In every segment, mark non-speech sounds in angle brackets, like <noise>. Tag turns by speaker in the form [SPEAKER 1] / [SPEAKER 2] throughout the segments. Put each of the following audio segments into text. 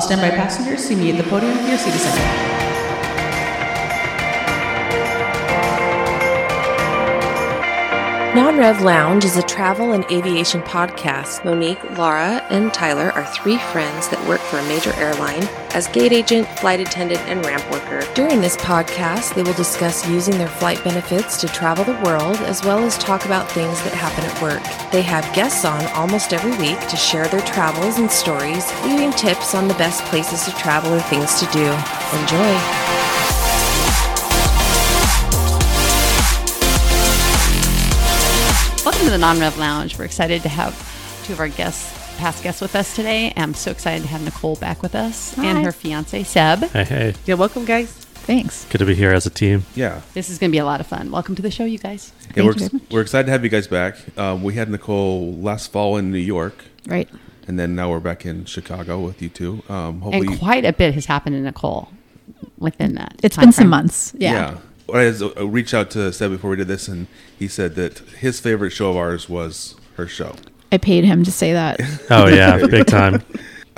[SPEAKER 1] standby passengers, see me at the podium for your seat assignment.
[SPEAKER 2] Non-Rev Lounge is a travel and aviation podcast. Monique, Laura, and Tyler are three friends that work for a major airline as gate agent, flight attendant, and ramp worker. During this podcast, they will discuss using their flight benefits to travel the world as well as talk about things that happen at work. They have guests on almost every week to share their travels and stories, leaving tips on the best places to travel or things to do. Enjoy.
[SPEAKER 3] Welcome to the Non Rev Lounge. We're excited to have two of our guests, past guests, with us today. I'm so excited to have Nicole back with us and her fiance Seb.
[SPEAKER 4] Hey, hey.
[SPEAKER 5] Yeah, welcome, guys.
[SPEAKER 3] Thanks.
[SPEAKER 4] Good to be here as a team.
[SPEAKER 6] Yeah.
[SPEAKER 3] This is going to be a lot of fun. Welcome to the show, you guys.
[SPEAKER 6] yeah we're, ex- we're excited to have you guys back. Um, we had Nicole last fall in New York,
[SPEAKER 3] Right.
[SPEAKER 6] and then now we're back in Chicago with you two. Um, hopefully,
[SPEAKER 3] And quite a bit has happened to Nicole within that.
[SPEAKER 7] It's
[SPEAKER 3] time
[SPEAKER 7] been some
[SPEAKER 3] frame.
[SPEAKER 7] months.
[SPEAKER 6] When
[SPEAKER 7] Yeah.
[SPEAKER 6] I was- I reached out to Seb before we did this, and he said that his favorite show of ours was her show.
[SPEAKER 7] I paid him to
[SPEAKER 6] <laughs>
[SPEAKER 7] say that.
[SPEAKER 4] Oh yeah, big time.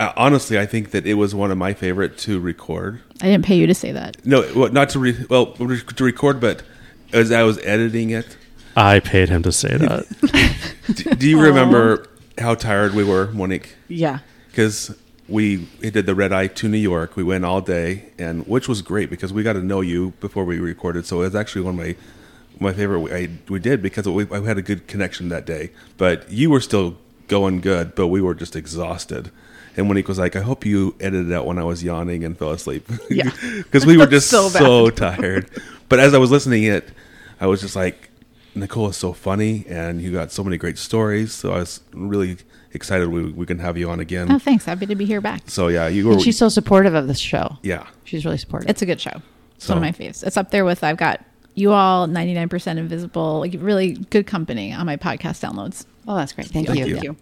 [SPEAKER 6] Uh, honestly, I think that it was one of my favorite to record.
[SPEAKER 7] I didn't pay you to say that.
[SPEAKER 6] No, well, not to re- well re- to record, but as I was editing it,
[SPEAKER 4] I paid him to say that.
[SPEAKER 6] do, do you remember how tired we were, Monique?
[SPEAKER 5] Yeah.
[SPEAKER 6] because we, we did the red eye to New York. We went all day, and which was great because we got to know you before we recorded. So it was actually one of my my favorite we, I, we did because we, I had a good connection that day. But you were still going good, but we were just exhausted. And Monique was like, "I hope you edited out when I was yawning and fell asleep." <laughs>
[SPEAKER 5] Yeah.
[SPEAKER 6] because we were just
[SPEAKER 5] <laughs>
[SPEAKER 6] so,
[SPEAKER 5] So bad.
[SPEAKER 6] tired. But as I was listening to it, I was just like, "Nicole is so funny, and you got so many great stories." So I was really excited we, we can have you on again.
[SPEAKER 7] Oh, thanks. Happy to be here back.
[SPEAKER 6] Mm. So yeah, you were
[SPEAKER 3] And she's so supportive of this show.
[SPEAKER 6] yeah.
[SPEAKER 3] She's really supportive.
[SPEAKER 7] It's a good show. It's one
[SPEAKER 6] So-
[SPEAKER 7] of my faves. It's up there with I've got you all 99% invisible, like really good company on my podcast downloads.
[SPEAKER 3] oh, that's great. Thank, you.
[SPEAKER 6] you.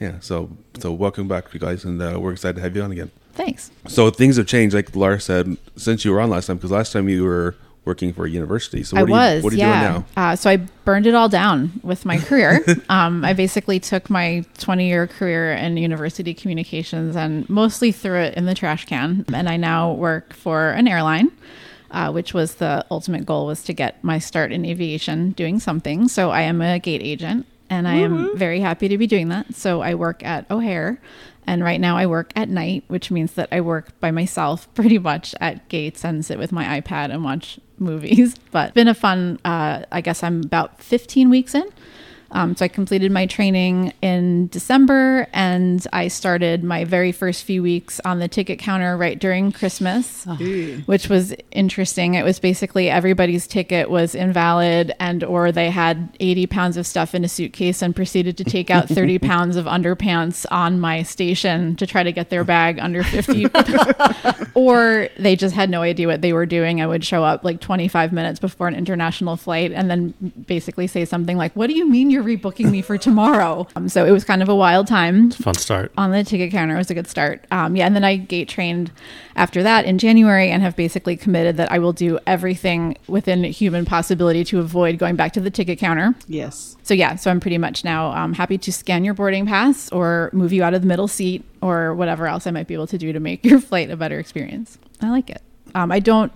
[SPEAKER 6] Yeah, so so welcome back, you guys, and uh, we're excited to have you on again.
[SPEAKER 7] Thanks.
[SPEAKER 6] So things have changed, like Laura said, since you were on last time, because last time you were working for a university. So what
[SPEAKER 7] I
[SPEAKER 6] are you,
[SPEAKER 7] was.
[SPEAKER 6] What are you
[SPEAKER 7] yeah.
[SPEAKER 6] doing now?
[SPEAKER 7] Uh, so I burned it all down with
[SPEAKER 6] <laughs>
[SPEAKER 7] my career. um, I basically took my 20 year career in university communications and mostly threw it in the trash can. And I now work for an airline. Uh, which was the ultimate goal was to get my start in aviation doing something so i am a gate agent and i am very happy to be doing that so i work at o'hare and right now i work at night which means that i work by myself <laughs> pretty much at gates and sit with my ipad and watch movies, <laughs> but been a fun. Uh, I guess I'm about 15 weeks in. Um, so I completed my training in December, and I started my very first few weeks on the ticket counter right during Christmas, which was interesting. It was basically everybody's ticket was invalid, and or they had 80 pounds of stuff in a suitcase and proceeded to take out 30 pounds of underpants on my station to try to get their bag under 50 or they just had no idea what they were doing. I would show up like 25 minutes before an international flight and then basically say something like, What do you mean you're rebooking me for tomorrow? Um, so it was kind of a wild time
[SPEAKER 4] Fun start.
[SPEAKER 7] on the ticket counter was a good start. Um, yeah, and then I gate trained after that in January and have basically committed that I will do everything within human possibility to avoid going back to the ticket counter.
[SPEAKER 5] Yes.
[SPEAKER 7] So yeah, so I'm pretty much now um, happy to scan your boarding pass or move you out of the middle seat or whatever else I might be able to do to make <laughs> your flight a better experience. I like it. Um, I don't.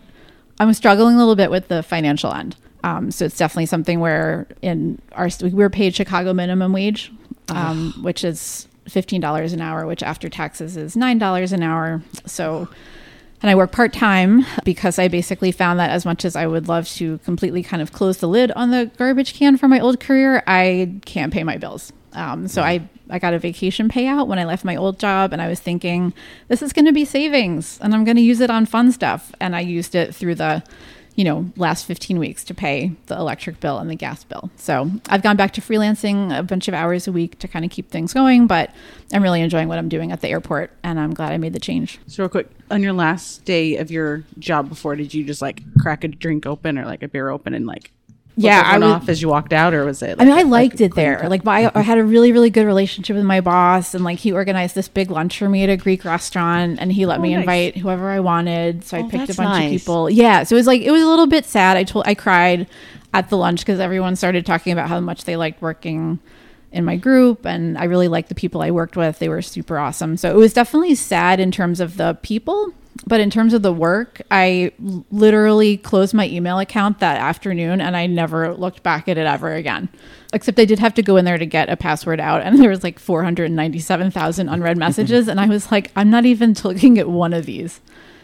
[SPEAKER 7] I'm struggling a little bit with the financial end. Um, so it's definitely something where in our st- we're paid Chicago minimum wage, um, which is fifteen dollars an hour, which after taxes is nine dollars an hour. So and I work part time because I basically found that as much as I would love to completely kind of close the lid on the garbage can for my old career, I can't pay my bills. Um, so I, I got a vacation payout when I left my old job, and I was thinking, this is going to be savings, and I'm going to use it on fun stuff. And I used it through the you know, last 15 weeks to pay the electric bill and the gas bill. So I've gone back to freelancing a bunch of hours a week to kind of keep things going, but I'm really enjoying what I'm doing at the airport, and I'm glad I made the change.
[SPEAKER 5] So real quick, on your last day of your job before, did you just like crack a drink open or like a beer open and like look
[SPEAKER 7] Yeah,
[SPEAKER 5] everyone
[SPEAKER 7] I would-
[SPEAKER 5] off as you walked out, or was it?
[SPEAKER 7] I mean, I
[SPEAKER 5] like, Mm-hmm.
[SPEAKER 7] liked it there. Like, my, I had a really, really good relationship with my boss, and like he organized this big lunch for me at a Greek restaurant, and he let
[SPEAKER 5] Oh,
[SPEAKER 7] me
[SPEAKER 5] nice.
[SPEAKER 7] invite whoever I wanted. So I
[SPEAKER 3] Oh,
[SPEAKER 7] picked a
[SPEAKER 3] that's
[SPEAKER 7] bunch
[SPEAKER 3] nice.
[SPEAKER 7] of people. Yeah, so it was like it was a little bit sad. I told I cried at the lunch because everyone started talking about how much they liked working in my group and I really liked the people I worked with. They were super awesome. So it was definitely sad in terms of the people, but in terms of the work, I l- literally closed my email account that afternoon and I never looked back at it ever again. Except I did have to go in there to get a password out and <laughs> there was like 497,000 unread messages and I was like I'm not even looking at one of these.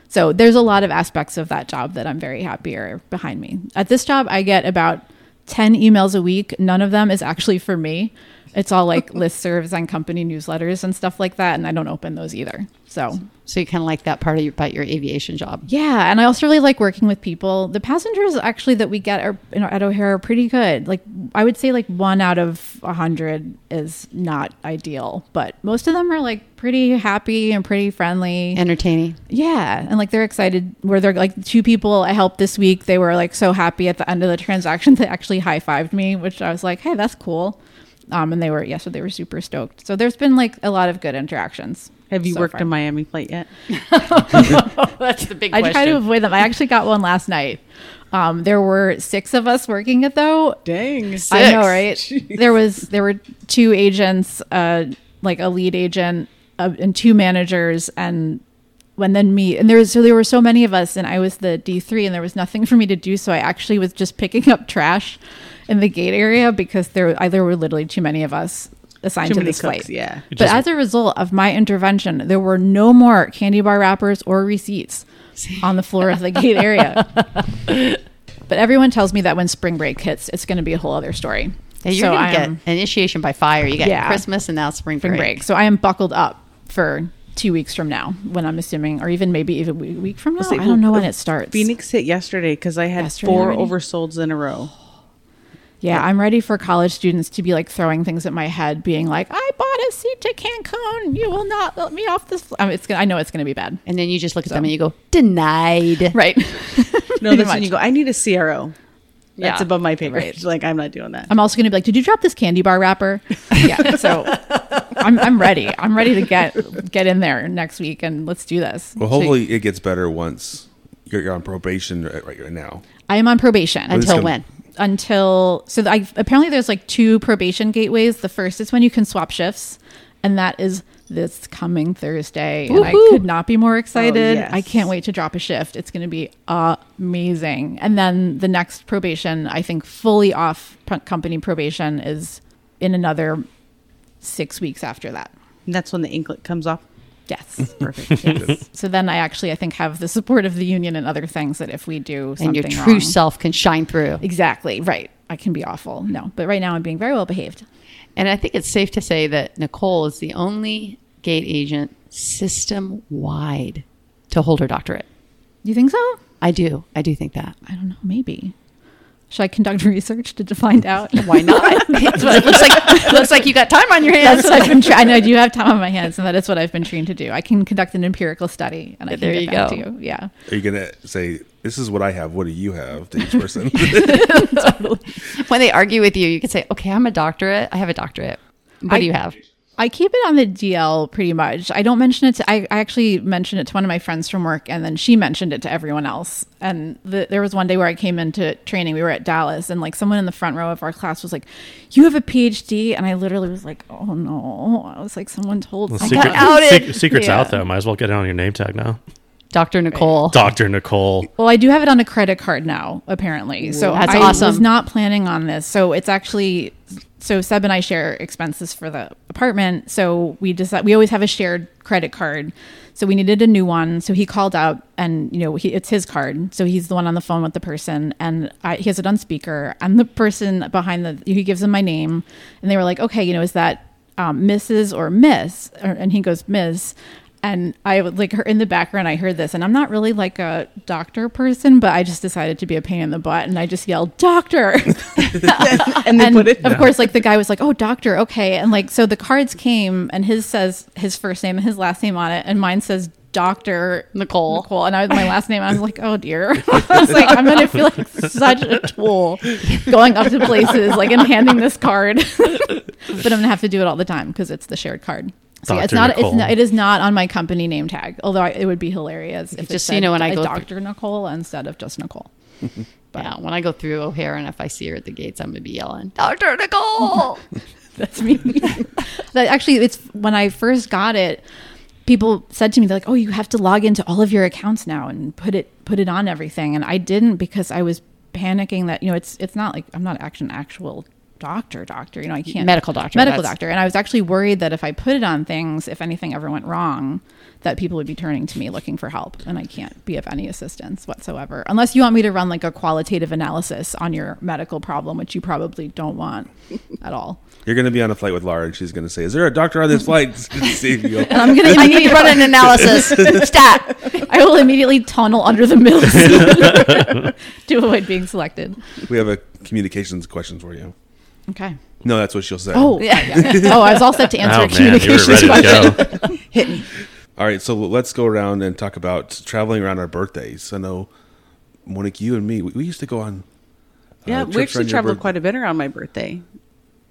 [SPEAKER 7] So there's a lot of aspects of that job that I'm very happy are behind me. At this job, I get about 10 emails a week. None of them is actually for me. It's all like listservs and company newsletters and stuff like that. And I don't open those either. So
[SPEAKER 3] So you kind of like that part of your, about your aviation job.
[SPEAKER 7] yeah, and I also really like working with people. The passengers actually that we get are you know, at O'Hare are pretty good. Like I would say, like one out of a hundred is not ideal, but most of them are like pretty happy and pretty friendly.
[SPEAKER 3] Entertaining.
[SPEAKER 7] Yeah, and like they're excited. Where they're like two people I helped this week. They were like so happy at the end of the transaction. <laughs> They actually high fived me, which I was like, "Hey, that's cool." Um, and they were yes, so they were super stoked. So there's been like a lot of good interactions.
[SPEAKER 5] Have you
[SPEAKER 7] so
[SPEAKER 5] worked
[SPEAKER 7] far.
[SPEAKER 5] a Miami flight yet?
[SPEAKER 3] That's the big
[SPEAKER 7] I try to avoid them. I actually got one last night. Um, there were six of us working it though,
[SPEAKER 5] Dang.
[SPEAKER 7] I know, right?
[SPEAKER 5] <laughs>
[SPEAKER 7] There was there were two agents, uh, like a lead agent uh, and two managers, and when then me and there was so there were so many of us, and I was the D three, and there was nothing for me to do, so I actually was just picking up trash in the gate area because there I, there were literally too many of us assigned
[SPEAKER 5] Too
[SPEAKER 7] to
[SPEAKER 5] many
[SPEAKER 7] this
[SPEAKER 5] cooks,
[SPEAKER 7] flight.
[SPEAKER 5] yeah.
[SPEAKER 7] But as a result of my intervention, there were no more candy bar wrappers or receipts on the floor of the gate area.
[SPEAKER 5] <laughs>
[SPEAKER 7] But everyone tells me that when spring break hits, it's going to be a whole other story.
[SPEAKER 3] you're
[SPEAKER 7] so
[SPEAKER 3] gonna
[SPEAKER 7] I
[SPEAKER 3] get
[SPEAKER 7] am
[SPEAKER 3] initiation by fire. You got
[SPEAKER 7] Yeah.
[SPEAKER 3] Christmas and now spring,
[SPEAKER 7] spring break. So I am buckled up for two weeks from now, when I'm assuming, or even maybe even a week from now. I don't know when it starts.
[SPEAKER 5] Phoenix hit yesterday because I had
[SPEAKER 7] Yesterday
[SPEAKER 5] four
[SPEAKER 7] already?
[SPEAKER 5] oversolds in a
[SPEAKER 7] <sighs>
[SPEAKER 5] row.
[SPEAKER 7] Yeah, I'm ready for college students to be like throwing things at my head, being like, "I bought a seat to Cancun. You will not let me off this." fl-" Um, it's gonna, I know it's going to be bad.
[SPEAKER 3] And then you just look at them and you go, denied.
[SPEAKER 7] Right. <laughs>
[SPEAKER 5] No,
[SPEAKER 7] Pretty
[SPEAKER 5] that's when
[SPEAKER 7] much.
[SPEAKER 5] you go. I need a CRO. That's
[SPEAKER 3] Yeah.
[SPEAKER 5] above my pay grade.
[SPEAKER 7] Right.
[SPEAKER 5] Like I'm not doing that.
[SPEAKER 7] I'm also going to be like, "Did you drop this candy bar wrapper?" <laughs> Yeah. So I'm, I'm ready. I'm ready to get get in there next week and let's do this.
[SPEAKER 6] Well,
[SPEAKER 7] So-
[SPEAKER 6] hopefully it gets better once you're, you're on probation right, right right now.
[SPEAKER 7] I am on probation
[SPEAKER 6] Until
[SPEAKER 7] until
[SPEAKER 6] gonna-
[SPEAKER 7] when?
[SPEAKER 6] when?
[SPEAKER 7] Until so I apparently there's like two probation gateways. The first is when you can swap shifts, and that is this coming Thursday. And I could not be more excited.
[SPEAKER 3] Oh,
[SPEAKER 5] yes.
[SPEAKER 7] I can't wait to drop a shift. It's going to be amazing. And then the next probation, I think fully off p- company probation is in another six weeks after that.
[SPEAKER 5] And that's when the inklet comes
[SPEAKER 7] <laughs>
[SPEAKER 5] off.
[SPEAKER 7] Yes.
[SPEAKER 5] Perfect. Yes.
[SPEAKER 7] so then I actually I think have the support of the union and other things that if we do something
[SPEAKER 3] And your true
[SPEAKER 7] wrong-
[SPEAKER 3] self can shine through.
[SPEAKER 7] Exactly. Right. I can be awful. No. But right now I'm being very well behaved.
[SPEAKER 3] And I think it's safe to say that Nicole is the only gate agent system wide to hold her doctorate.
[SPEAKER 7] You think so?
[SPEAKER 3] I do. I do think that.
[SPEAKER 7] I don't know. Maybe. Should I conduct <laughs> research to, to find out?
[SPEAKER 3] <laughs> Why not?
[SPEAKER 7] <laughs>
[SPEAKER 3] That's what it looks <laughs> like looks like you got time on your hands.
[SPEAKER 7] That's what I've been trying. I know I do have time on my hands, and that is what I've been trained to do. I can conduct an empirical study, and I can
[SPEAKER 3] There
[SPEAKER 7] get
[SPEAKER 3] you
[SPEAKER 7] back to
[SPEAKER 3] go.
[SPEAKER 7] you. Yeah.
[SPEAKER 6] Are you gonna say this is what I have? What do you have to each person? <laughs>
[SPEAKER 3] <laughs> when they argue with you, you can say, "Okay, I'm a doctorate. I have a doctorate. What do you have?"
[SPEAKER 7] I keep it on the DL pretty much. I don't mention it to, I, I actually mentioned it to one of my friends from work and then she mentioned it to everyone else. And the, there was one day where I came into training, we were at Dallas and like someone in the front row of our class was like, you have a PhD. And I literally was like, oh no. I was like, someone told
[SPEAKER 4] Well,
[SPEAKER 7] me.
[SPEAKER 4] secret,
[SPEAKER 3] outed.
[SPEAKER 4] sec- secret's
[SPEAKER 7] Yeah.
[SPEAKER 4] out though. Might as well get it on your name tag now.
[SPEAKER 3] Doctor Nicole.
[SPEAKER 4] Doctor Nicole.
[SPEAKER 7] Well, I do have it on a credit card now, apparently. So
[SPEAKER 3] That's
[SPEAKER 7] I
[SPEAKER 3] awesome.
[SPEAKER 7] was not planning on this. So it's actually so Seb and I share expenses for the apartment. So we decide we always have a shared credit card. So we needed a new one. So he called out, and you know he, it's his card. So he's the one on the phone with the person, and I, he has it on speaker. And the person behind the he gives him my name, and they were like, okay, you know, is that um, Mrs. or Miss, or, and he goes Ms. And I would like her in the background. I heard this, and I'm not really like a doctor person, but I just decided to be a pain in the butt, and I just yelled doctor. <laughs>
[SPEAKER 5] and they
[SPEAKER 7] and
[SPEAKER 5] put it.
[SPEAKER 7] of course, like the guy was like, "Oh, doctor, okay." And like so, the cards came, and his says his first name and his last name on it, and mine says Doctor
[SPEAKER 3] Nicole.
[SPEAKER 7] Nicole, and I was my last name. I was like,
[SPEAKER 5] <laughs>
[SPEAKER 7] "Oh dear," <laughs> I was like, "I'm gonna feel like such a tool going up to places like and handing this card." <laughs> but I'm gonna have to do it all the time because it's the shared card. So yeah, it's
[SPEAKER 4] Dr.
[SPEAKER 7] not. It's
[SPEAKER 4] Nicole.
[SPEAKER 7] not. It is not on my company name tag. Although I, it would be hilarious if it
[SPEAKER 3] Just so you
[SPEAKER 7] said
[SPEAKER 3] know, when I
[SPEAKER 7] a
[SPEAKER 3] go through-
[SPEAKER 7] Doctor Nicole instead of just Nicole.
[SPEAKER 3] <laughs> Yeah, when I go through O'Hare and if I see her at the gates, I'm gonna be yelling, "Doctor Nicole!"
[SPEAKER 7] <laughs> That's me. that actually, it's when I first got it. People said to me, they're like, "Oh, you have to log into all of your accounts now and put it put it on everything." And I didn't because I was panicking that you know it's it's not like I'm not actually an actual doctor doctor. You know, I can't
[SPEAKER 3] Medical doctor,
[SPEAKER 7] medical
[SPEAKER 3] that's-
[SPEAKER 7] doctor. And I was actually worried that if I put it on things, if anything ever went wrong, that people would be turning to me looking for help, and I can't be of any assistance whatsoever unless you want me to run like a qualitative analysis on your medical problem, which you probably don't want at all.
[SPEAKER 6] You're going to be on a flight with Laura, and she's going to say, "Is there a doctor on this flight?" <laughs> See if you go,
[SPEAKER 7] I'm gonna
[SPEAKER 2] I need
[SPEAKER 7] immediately
[SPEAKER 2] to run an analysis. Stat.
[SPEAKER 7] I will immediately tunnel under the middle seat <laughs> to avoid being selected.
[SPEAKER 6] we have a communications question for you.
[SPEAKER 5] Okay.
[SPEAKER 6] No, that's what she'll say.
[SPEAKER 7] Oh, yeah. oh, I was all set to answer
[SPEAKER 4] Oh
[SPEAKER 7] a
[SPEAKER 4] man, you were
[SPEAKER 7] communications
[SPEAKER 4] ready
[SPEAKER 7] <laughs> question.
[SPEAKER 4] to go.
[SPEAKER 6] All right, so let's go around and talk about traveling around our birthdays. I know, Monique, you and me, we, we used to go on. uh,
[SPEAKER 5] Yeah,
[SPEAKER 6] trips
[SPEAKER 5] we actually
[SPEAKER 6] around your
[SPEAKER 5] traveled
[SPEAKER 6] birth-
[SPEAKER 5] quite a bit around my birthday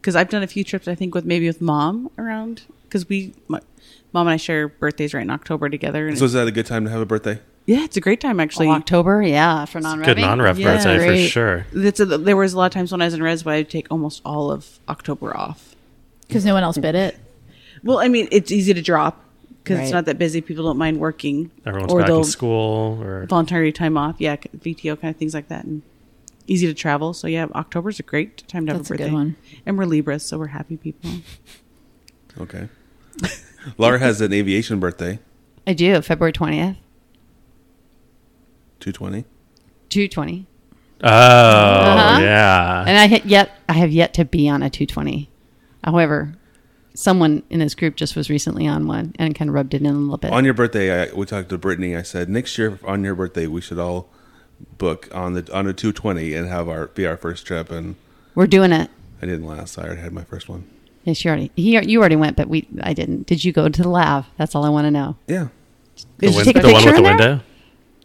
[SPEAKER 5] because I've done a few trips. I think with maybe with mom around because we, my, mom and I share birthdays right in October together. And
[SPEAKER 6] So is that a good time to have a birthday?
[SPEAKER 5] yeah, it's a great time actually.
[SPEAKER 3] Oh, October, yeah, for non
[SPEAKER 4] Good non-ref
[SPEAKER 5] Yeah,
[SPEAKER 4] birthday
[SPEAKER 5] great.
[SPEAKER 4] for sure.
[SPEAKER 5] That's a, there was a lot of times when I was in res where I'd take almost all of October off.
[SPEAKER 7] Because no one else bid it.
[SPEAKER 5] Well, I mean, it's easy to drop because
[SPEAKER 3] Right.
[SPEAKER 5] it's not that busy. People don't mind working,
[SPEAKER 4] Everyone's
[SPEAKER 5] or
[SPEAKER 4] back
[SPEAKER 5] they'll
[SPEAKER 4] in school, or
[SPEAKER 5] voluntary time off. Yeah, c- VTO kind of things like that, and easy to travel. So yeah, October's a great time to have
[SPEAKER 7] That's
[SPEAKER 5] a
[SPEAKER 7] a good
[SPEAKER 5] birthday.
[SPEAKER 7] one.
[SPEAKER 5] And we're Libras, so we're happy people.
[SPEAKER 6] Okay. Laura has an aviation birthday,
[SPEAKER 3] I do February twentieth,
[SPEAKER 6] 220.
[SPEAKER 3] two twenty,
[SPEAKER 4] oh yeah,
[SPEAKER 3] and I hit yet. I have yet to be on a two twenty. However, someone in this group just was recently on one and kind of rubbed it in a little bit.
[SPEAKER 6] On your birthday, I, we talked to Brittany. I said, next year on your birthday, we should all book on the on a 220 and have our be our first trip. And
[SPEAKER 3] We're doing it.
[SPEAKER 6] I didn't last. I already had my first one.
[SPEAKER 3] Yes, you already. He, you already went, but we. I didn't. Did you go to the lab? That's all I want to know.
[SPEAKER 6] Yeah.
[SPEAKER 3] Did you
[SPEAKER 4] win-
[SPEAKER 3] take a
[SPEAKER 4] the one
[SPEAKER 3] picture
[SPEAKER 4] with the
[SPEAKER 3] in there?
[SPEAKER 4] window.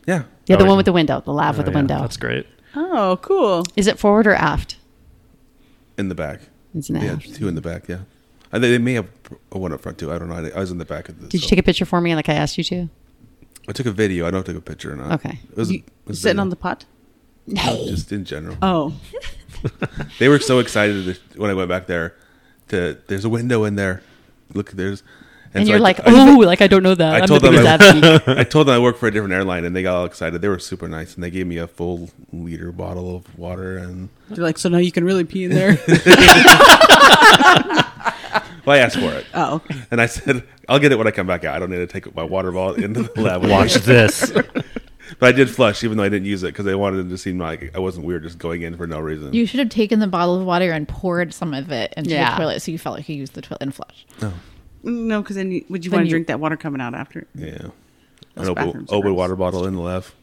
[SPEAKER 6] Yeah.
[SPEAKER 3] Yeah, the
[SPEAKER 4] Oh,
[SPEAKER 3] one
[SPEAKER 4] yeah.
[SPEAKER 3] with the window. The lab
[SPEAKER 4] Oh,
[SPEAKER 3] with the
[SPEAKER 4] yeah,
[SPEAKER 3] window.
[SPEAKER 4] That's great.
[SPEAKER 5] Oh, cool.
[SPEAKER 3] Is it forward or aft?
[SPEAKER 6] In the back.
[SPEAKER 3] It's an
[SPEAKER 6] They had
[SPEAKER 3] aft.
[SPEAKER 6] two in the back, yeah. I, they, they may have a one up front, too. I don't know. I, I was in the back of the.
[SPEAKER 3] Did you take a picture for me like I asked you to?
[SPEAKER 6] I took a video. I don't take a picture or not.
[SPEAKER 3] Okay.
[SPEAKER 6] It was,
[SPEAKER 5] You,
[SPEAKER 6] it was
[SPEAKER 5] sitting
[SPEAKER 6] video.
[SPEAKER 5] on the pot.
[SPEAKER 6] just in general.
[SPEAKER 5] <laughs> Oh,
[SPEAKER 6] They were so excited that when I went back there. To there's a window in there. Look, there's.
[SPEAKER 3] And,
[SPEAKER 6] so
[SPEAKER 3] you're
[SPEAKER 6] I-
[SPEAKER 3] like,
[SPEAKER 6] I-
[SPEAKER 3] oh, like I don't know that.
[SPEAKER 6] I
[SPEAKER 3] I'm
[SPEAKER 6] told
[SPEAKER 3] the
[SPEAKER 6] them
[SPEAKER 3] biggest
[SPEAKER 6] I-
[SPEAKER 3] aft geek."
[SPEAKER 6] <laughs> I told them I work for a different airline, and they got all excited. They were super nice, and they gave me a full liter bottle of water. And
[SPEAKER 5] they're like, so now you can really pee in there.
[SPEAKER 6] well, I asked for it,
[SPEAKER 5] oh, okay.
[SPEAKER 6] and I said, "I'll get it when I come back out. I don't need to take my water bottle into the lab."
[SPEAKER 4] Watch this.
[SPEAKER 6] But I did flush, even though I didn't use it, because I wanted it to seem like I wasn't weird, just going in for no reason.
[SPEAKER 7] You should have taken the bottle of water and poured some of it into
[SPEAKER 3] Yeah.
[SPEAKER 7] the toilet so you felt like you used the toilet and flush.
[SPEAKER 5] no, because then you, would you
[SPEAKER 3] Then
[SPEAKER 5] want
[SPEAKER 3] you-
[SPEAKER 5] to drink that water coming out after?
[SPEAKER 6] yeah,
[SPEAKER 5] Those
[SPEAKER 6] an open,
[SPEAKER 5] bathrooms are
[SPEAKER 6] open
[SPEAKER 5] gross.
[SPEAKER 6] water bottle in the left.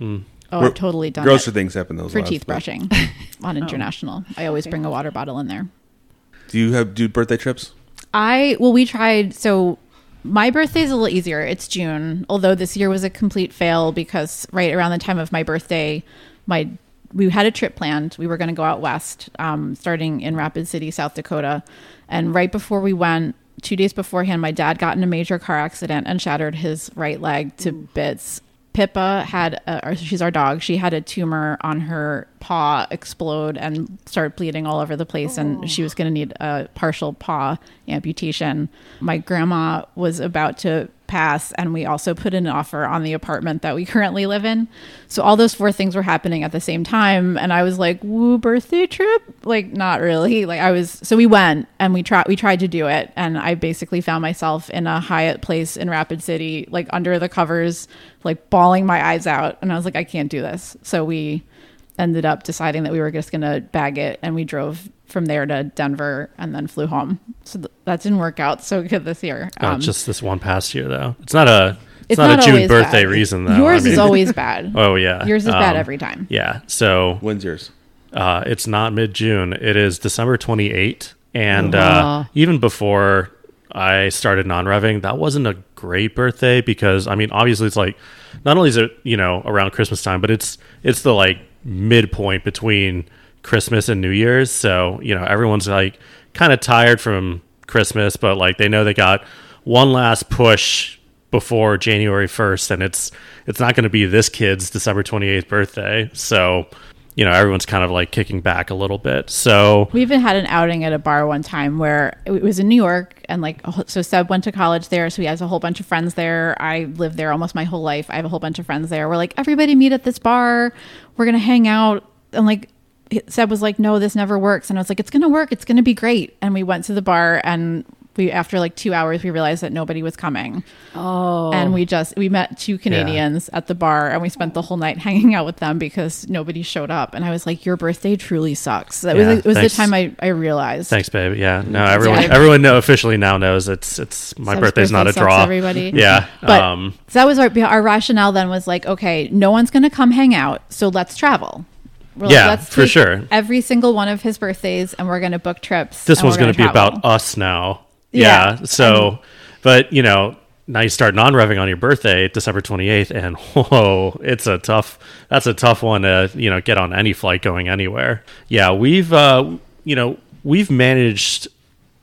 [SPEAKER 7] Oh,
[SPEAKER 6] We're-
[SPEAKER 7] I've totally done
[SPEAKER 6] Grosser
[SPEAKER 7] it
[SPEAKER 6] things happen in those
[SPEAKER 7] for
[SPEAKER 6] labs,
[SPEAKER 7] teeth
[SPEAKER 6] but-
[SPEAKER 7] brushing
[SPEAKER 4] <laughs>
[SPEAKER 7] on international. I always bring a water bottle in there.
[SPEAKER 6] Do you have do birthday trips?
[SPEAKER 7] I well, we tried. So my birthday is a little easier. It's June, although this year was a complete fail because right around the time of my birthday, my we had a trip planned. We were going to go out west, um, starting in Rapid City, South Dakota, and right before we went. Two days beforehand, my dad got in a major car accident and shattered his right leg to bits. Pippa had, a, or she's our dog. She had a tumor on her paw explode and start bleeding all over the place, and she was going to need a partial paw amputation. My grandma was about to pass, and we also put an offer on the apartment that we <laughs> currently live in. So all those four things were happening at the same time, and I was like, "Woo, birthday trip? Like, not really. Like, I was." So we went and we tried. We tried to do it, and I basically found myself in a Hyatt place in Rapid City, like under the covers, like bawling my eyes out, and I was like, "I can't do this." So we ended up deciding that we were just going to bag it and we drove from there to Denver and then flew home. So th- that didn't work out so good this year. Um,
[SPEAKER 4] Not just this one past year though. It's not a. It's,
[SPEAKER 7] it's
[SPEAKER 4] not, a June
[SPEAKER 7] always
[SPEAKER 4] birthday
[SPEAKER 7] bad.
[SPEAKER 4] reason though. I
[SPEAKER 7] Yours is
[SPEAKER 4] mean- <laughs>
[SPEAKER 7] always bad.
[SPEAKER 4] Oh yeah.
[SPEAKER 7] Yours is bad
[SPEAKER 4] Um,
[SPEAKER 7] every time.
[SPEAKER 4] Yeah. So
[SPEAKER 6] When's
[SPEAKER 7] <laughs>
[SPEAKER 6] yours?
[SPEAKER 4] Uh, it's not mid June. It is December 28. And
[SPEAKER 3] Wow.
[SPEAKER 4] uh, even before I started non revving, that wasn't a great birthday because, I mean, obviously it's like, not only is it, you know, around Christmas time, but it's, it's the like midpoint between Christmas and New Year's. So, you know, everyone's like kind of tired from Christmas, but like they know they got one last push before January 1st and it's it's not going to be this kid's December 28th birthday. So you know, everyone's kind of like kicking back a little bit. So
[SPEAKER 7] We even had an outing at a bar one time where it was in New York, and like, a whole- so Seb went to college there, so he has a whole bunch of friends there. I lived there almost my whole life. I have a whole bunch of friends there. We're like, everybody meet at this bar. We're gonna hang out, and like, he- Seb was like, no, this never works, and I was like, it's gonna work. It's gonna be great. And we went to the bar, and we after like two hours, we realized that nobody was coming. Oh, and we just we met two Canadians at the bar, and we spent the whole night hanging out with them because nobody showed up. And I was like, your birthday truly sucks. That
[SPEAKER 4] Yeah,
[SPEAKER 7] was it was
[SPEAKER 4] thanks.
[SPEAKER 7] the time I I realized.
[SPEAKER 4] thanks, babe. Yeah. No, everyone
[SPEAKER 7] Yeah.
[SPEAKER 4] everyone know officially now knows it's it's my
[SPEAKER 7] Seb's
[SPEAKER 4] birthday's not
[SPEAKER 7] birthday
[SPEAKER 4] a
[SPEAKER 7] sucks,
[SPEAKER 4] draw.
[SPEAKER 7] everybody.
[SPEAKER 4] Yeah.
[SPEAKER 7] But
[SPEAKER 4] um
[SPEAKER 7] so that was our our rationale then was like, okay, no one's going to come hang out, so let's travel. We're like,
[SPEAKER 4] Yeah, for
[SPEAKER 7] take
[SPEAKER 4] sure.
[SPEAKER 7] Every single one of his birthdays, and we're going to book trips.
[SPEAKER 4] this
[SPEAKER 7] and
[SPEAKER 4] one's
[SPEAKER 7] we're
[SPEAKER 4] going to be
[SPEAKER 7] travel.
[SPEAKER 4] about uh, us now.
[SPEAKER 7] Yeah.
[SPEAKER 4] Yeah. So, but you know, now you start non-revving on your birthday, December 28th, and <laughs> whoa, it's a tough, that's a tough one to, you know, get on any flight going anywhere. Yeah. We've, uh, you know, we've managed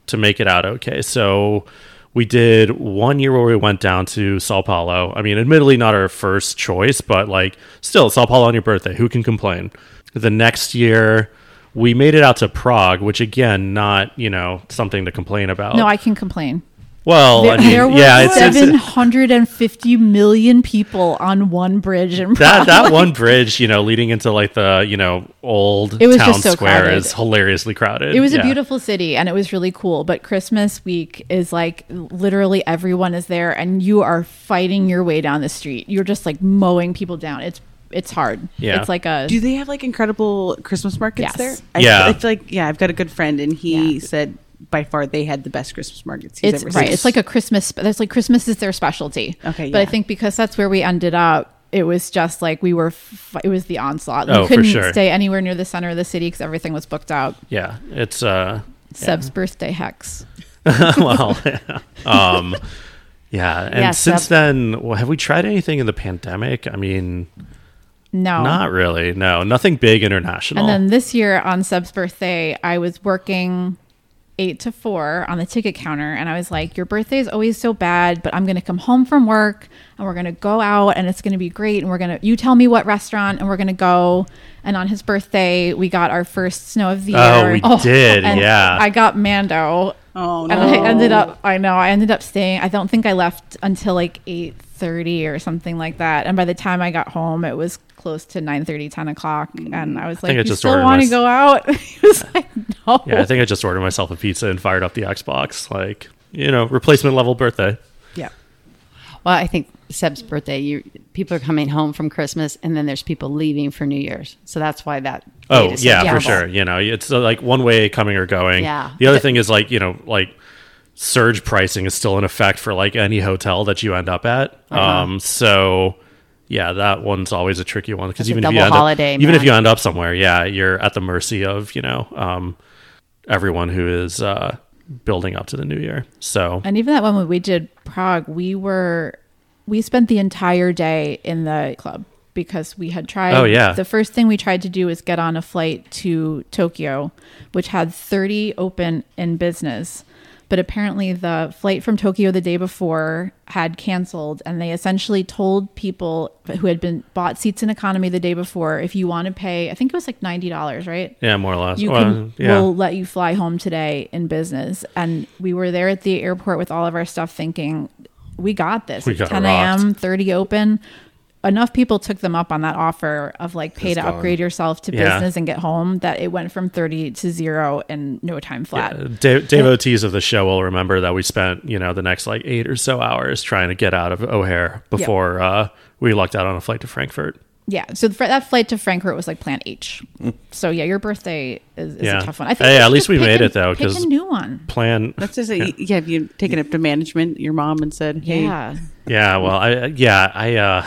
[SPEAKER 4] to make it out okay. So we did one year where we went down to Sao Paulo. I mean, admittedly, not our first choice, but like still, Sao Paulo on your birthday. Who can complain? The next year, we made it out to Prague, which again, not you know something to complain about.
[SPEAKER 7] No, I can complain.
[SPEAKER 4] well,
[SPEAKER 7] There,
[SPEAKER 4] I mean,
[SPEAKER 7] there were
[SPEAKER 4] yeah, it's, it's,
[SPEAKER 7] seven hundred and fifty million people on one bridge, and
[SPEAKER 4] that
[SPEAKER 7] <laughs>
[SPEAKER 4] that one bridge, you know, leading into like the you know old
[SPEAKER 7] It was
[SPEAKER 4] town
[SPEAKER 7] just so
[SPEAKER 4] square
[SPEAKER 7] crowded.
[SPEAKER 4] is hilariously crowded.
[SPEAKER 7] It was a
[SPEAKER 4] Yeah.
[SPEAKER 7] beautiful city and it was really cool. But Christmas week is like literally everyone is there and you are fighting your way down the street. You're just like mowing people down. It's it's hard.
[SPEAKER 4] Yeah.
[SPEAKER 7] It's like a
[SPEAKER 5] Do they have like incredible Christmas markets
[SPEAKER 7] Yes.
[SPEAKER 5] there? I,
[SPEAKER 4] Yeah.
[SPEAKER 5] I feel like yeah, I've got a good friend, and he said by far they had the best Christmas markets he's
[SPEAKER 7] it's
[SPEAKER 5] ever
[SPEAKER 7] right.
[SPEAKER 5] seen.
[SPEAKER 7] It's like a Christmas. That's like Christmas is their specialty.
[SPEAKER 5] Okay,
[SPEAKER 7] but I
[SPEAKER 5] yeah.
[SPEAKER 7] think because that's where we ended up, it was just like we were. F- it was the onslaught.
[SPEAKER 4] Oh, for
[SPEAKER 7] we couldn't
[SPEAKER 4] sure.
[SPEAKER 7] stay anywhere near the center of the city because everything was booked out.
[SPEAKER 4] Yeah, it's
[SPEAKER 7] <laughs>
[SPEAKER 4] uh, <laughs>
[SPEAKER 7] Seb's birthday hex.
[SPEAKER 4] well, <laughs> yeah. um, yeah. And
[SPEAKER 3] Yeah,
[SPEAKER 4] since
[SPEAKER 3] Seb-
[SPEAKER 4] then, well, have we tried anything in the pandemic? I mean,
[SPEAKER 7] No,
[SPEAKER 4] not really. No, nothing big international.
[SPEAKER 7] And then this year on Seb's birthday, I was working eight to four on the ticket counter. And I was like, Your birthday is always so bad, but I'm going to come home from work and we're going to go out and it's going to be great. And we're going to, you tell me what restaurant and we're going to go. And on his birthday, we got our first snow of the
[SPEAKER 4] Oh,
[SPEAKER 7] year.
[SPEAKER 4] we did,
[SPEAKER 7] <laughs> and
[SPEAKER 4] yeah.
[SPEAKER 7] I got Mando.
[SPEAKER 5] Oh,
[SPEAKER 7] And I ended up, I know, I ended up staying. I don't think I left until like eight thirty or something like that. And by the time I got home, it was close to 9 10 o'clock. And I was
[SPEAKER 4] think
[SPEAKER 7] like,
[SPEAKER 4] I
[SPEAKER 7] you
[SPEAKER 4] just
[SPEAKER 7] still
[SPEAKER 4] ordered
[SPEAKER 7] want
[SPEAKER 4] my-
[SPEAKER 7] to go out? <laughs> he was like, no.
[SPEAKER 4] yeah, I think I just ordered myself a pizza and fired up the Xbox. Like, you know, replacement level birthday.
[SPEAKER 5] yeah.
[SPEAKER 3] Well, I think Seb's birthday, you people are coming home from Christmas and then there's people leaving for New Year's. So that's why that date
[SPEAKER 4] Oh
[SPEAKER 3] is so
[SPEAKER 4] yeah, for
[SPEAKER 3] terrible.
[SPEAKER 4] sure. You know, it's uh, like one way coming or going.
[SPEAKER 3] Yeah.
[SPEAKER 4] The other
[SPEAKER 3] Th-
[SPEAKER 4] thing is like you know like surge pricing is still in effect for like any hotel that you end up at.
[SPEAKER 3] Uh-huh.
[SPEAKER 4] Um, so yeah, that one's always a tricky one because
[SPEAKER 3] That's a
[SPEAKER 4] even if you
[SPEAKER 3] double
[SPEAKER 4] end
[SPEAKER 3] holiday,
[SPEAKER 4] up, even if
[SPEAKER 3] man.
[SPEAKER 4] you end up somewhere, yeah, you're at the mercy of you know um, everyone who is uh, building up to the new year. So
[SPEAKER 7] And even that one when we did Prague, we were, we spent the entire day in the club because we had tried.
[SPEAKER 4] Oh, yeah.
[SPEAKER 7] The first thing we tried to do was get on a flight to Tokyo, which had 30 open in business. But apparently, the flight from Tokyo the day before had canceled, and they essentially told people who had been bought seats in economy the day before if you want to pay, I think it was like $90, right?
[SPEAKER 4] yeah, more or less.
[SPEAKER 7] you
[SPEAKER 4] Well,
[SPEAKER 7] can
[SPEAKER 4] yeah.
[SPEAKER 7] we'll let you fly home today in business and we were there at the airport with all of our stuff thinking we got this
[SPEAKER 4] We
[SPEAKER 7] It's
[SPEAKER 4] got
[SPEAKER 7] 10
[SPEAKER 4] rocked.
[SPEAKER 7] a.m 30 open enough people took them up on that offer of like pay
[SPEAKER 6] It's
[SPEAKER 7] to
[SPEAKER 6] gone.
[SPEAKER 7] upgrade yourself to
[SPEAKER 4] Yeah.
[SPEAKER 7] business and get home that it went from 30 to zero in no time flat
[SPEAKER 4] Dave, devotees of the show will remember that we spent you know the next like eight or so hours trying to get out of O'Hare before uh, we lucked out on a flight to Frankfurt.
[SPEAKER 7] yeah so the, fr- that flight to frankfurt was like plan h so yeah your birthday is, is
[SPEAKER 4] Mm. Yeah.
[SPEAKER 7] a tough one
[SPEAKER 4] Hey,
[SPEAKER 7] i should
[SPEAKER 4] at least
[SPEAKER 7] just
[SPEAKER 4] we
[SPEAKER 7] pick
[SPEAKER 4] made
[SPEAKER 7] a-
[SPEAKER 4] it, though,
[SPEAKER 7] pick
[SPEAKER 4] 'cause-
[SPEAKER 7] a new one
[SPEAKER 4] Plan.
[SPEAKER 5] That's just a, yeah. Have you taken up to management, your mom, and said, "Hey,
[SPEAKER 7] yeah
[SPEAKER 4] yeah. Well, I yeah I uh,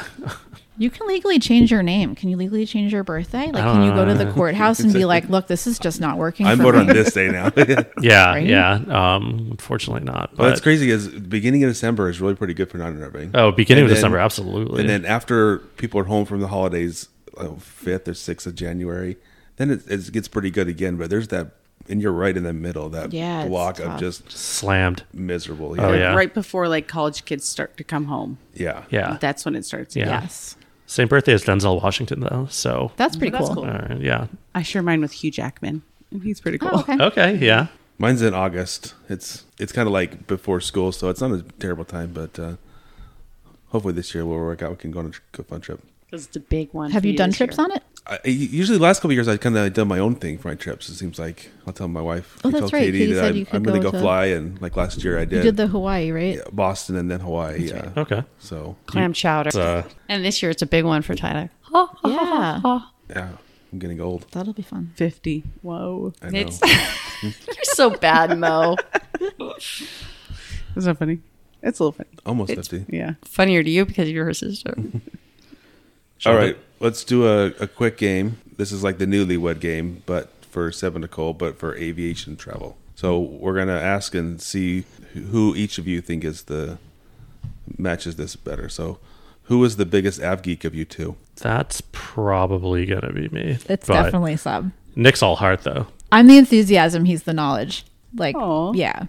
[SPEAKER 7] You can legally change your name. Can you legally change your birthday? Like, can you go to the courthouse and be like, "Look, this is just not working."
[SPEAKER 6] I'm
[SPEAKER 7] for
[SPEAKER 6] voting on
[SPEAKER 7] me."
[SPEAKER 6] this day now. <laughs> But
[SPEAKER 4] yeah
[SPEAKER 7] Right?
[SPEAKER 4] yeah. Um, unfortunately not. But
[SPEAKER 6] what's crazy is beginning of December is really pretty good for non-nerving.
[SPEAKER 4] Oh, beginning of
[SPEAKER 6] And then-
[SPEAKER 4] December, absolutely.
[SPEAKER 6] And then after people are home from the holidays, uh, fifth or sixth of January, then it, it gets pretty good again. But there's that, and you're right in the middle that
[SPEAKER 7] Yeah, it's
[SPEAKER 6] block of
[SPEAKER 7] tough.
[SPEAKER 6] just
[SPEAKER 4] slammed.
[SPEAKER 6] miserable.
[SPEAKER 4] Oh,
[SPEAKER 6] yeah.
[SPEAKER 4] yeah.
[SPEAKER 5] right before like college kids start to come home,
[SPEAKER 6] yeah,
[SPEAKER 4] Yeah.
[SPEAKER 5] that's when it starts."
[SPEAKER 4] Yeah.
[SPEAKER 7] Yes.
[SPEAKER 4] Same birthday as Denzel Washington, though. So,
[SPEAKER 7] <laughs> That's pretty
[SPEAKER 5] that's
[SPEAKER 7] cool.
[SPEAKER 5] cool.
[SPEAKER 4] all right, yeah.
[SPEAKER 5] I share mine with Hugh Jackman, and he's pretty cool.
[SPEAKER 7] Oh, okay.
[SPEAKER 4] Okay, yeah.
[SPEAKER 6] Mine's in August. It's it's kind of like before school, so it's not a terrible time. But uh, hopefully this year we'll work out. We can go on a tr- go fun trip.
[SPEAKER 8] Because it's a big one.
[SPEAKER 7] Have
[SPEAKER 8] for
[SPEAKER 7] you done
[SPEAKER 8] this
[SPEAKER 7] trips
[SPEAKER 8] year.
[SPEAKER 7] on it?
[SPEAKER 6] I, I- usually, the last couple of years, I kind of done my own thing for my trips. It seems like I'll tell my wife.
[SPEAKER 7] Oh,
[SPEAKER 6] I
[SPEAKER 7] that's
[SPEAKER 6] told
[SPEAKER 7] right. Katie said
[SPEAKER 6] I'm,
[SPEAKER 7] you could
[SPEAKER 6] I'm gonna go,
[SPEAKER 7] go to-
[SPEAKER 6] fly, and like last year, I did,
[SPEAKER 7] You did the Hawaii, right?
[SPEAKER 6] Yeah, Boston and then Hawaii. Yeah.
[SPEAKER 4] Okay.
[SPEAKER 6] So
[SPEAKER 8] Clam chowder.
[SPEAKER 4] It's, uh,
[SPEAKER 3] And this year it's a big one for Tyler.
[SPEAKER 7] Yeah.
[SPEAKER 5] <laughs>
[SPEAKER 6] yeah, I'm getting old.
[SPEAKER 7] That'll be fun.
[SPEAKER 5] <laughs> Fifty. Whoa,
[SPEAKER 6] I know.
[SPEAKER 7] <laughs>
[SPEAKER 8] You're so bad, Mo.
[SPEAKER 5] is that funny? It's a little funny.
[SPEAKER 6] Almost fifty.
[SPEAKER 5] Yeah.
[SPEAKER 3] Funnier to you because you're her sister.
[SPEAKER 6] All right, let's do a, a quick game. This is like the newlywed game, but for Seven Nicole, but for aviation travel. So we're gonna ask and see who each of you think is the matches this better. So, who is the biggest av geek of you two?
[SPEAKER 4] that's probably going to be me.
[SPEAKER 7] It's
[SPEAKER 4] But
[SPEAKER 7] definitely sub.
[SPEAKER 4] Nick's all heart, though.
[SPEAKER 7] I'm the enthusiasm. He's the knowledge. Like,
[SPEAKER 5] Aw.
[SPEAKER 7] yeah.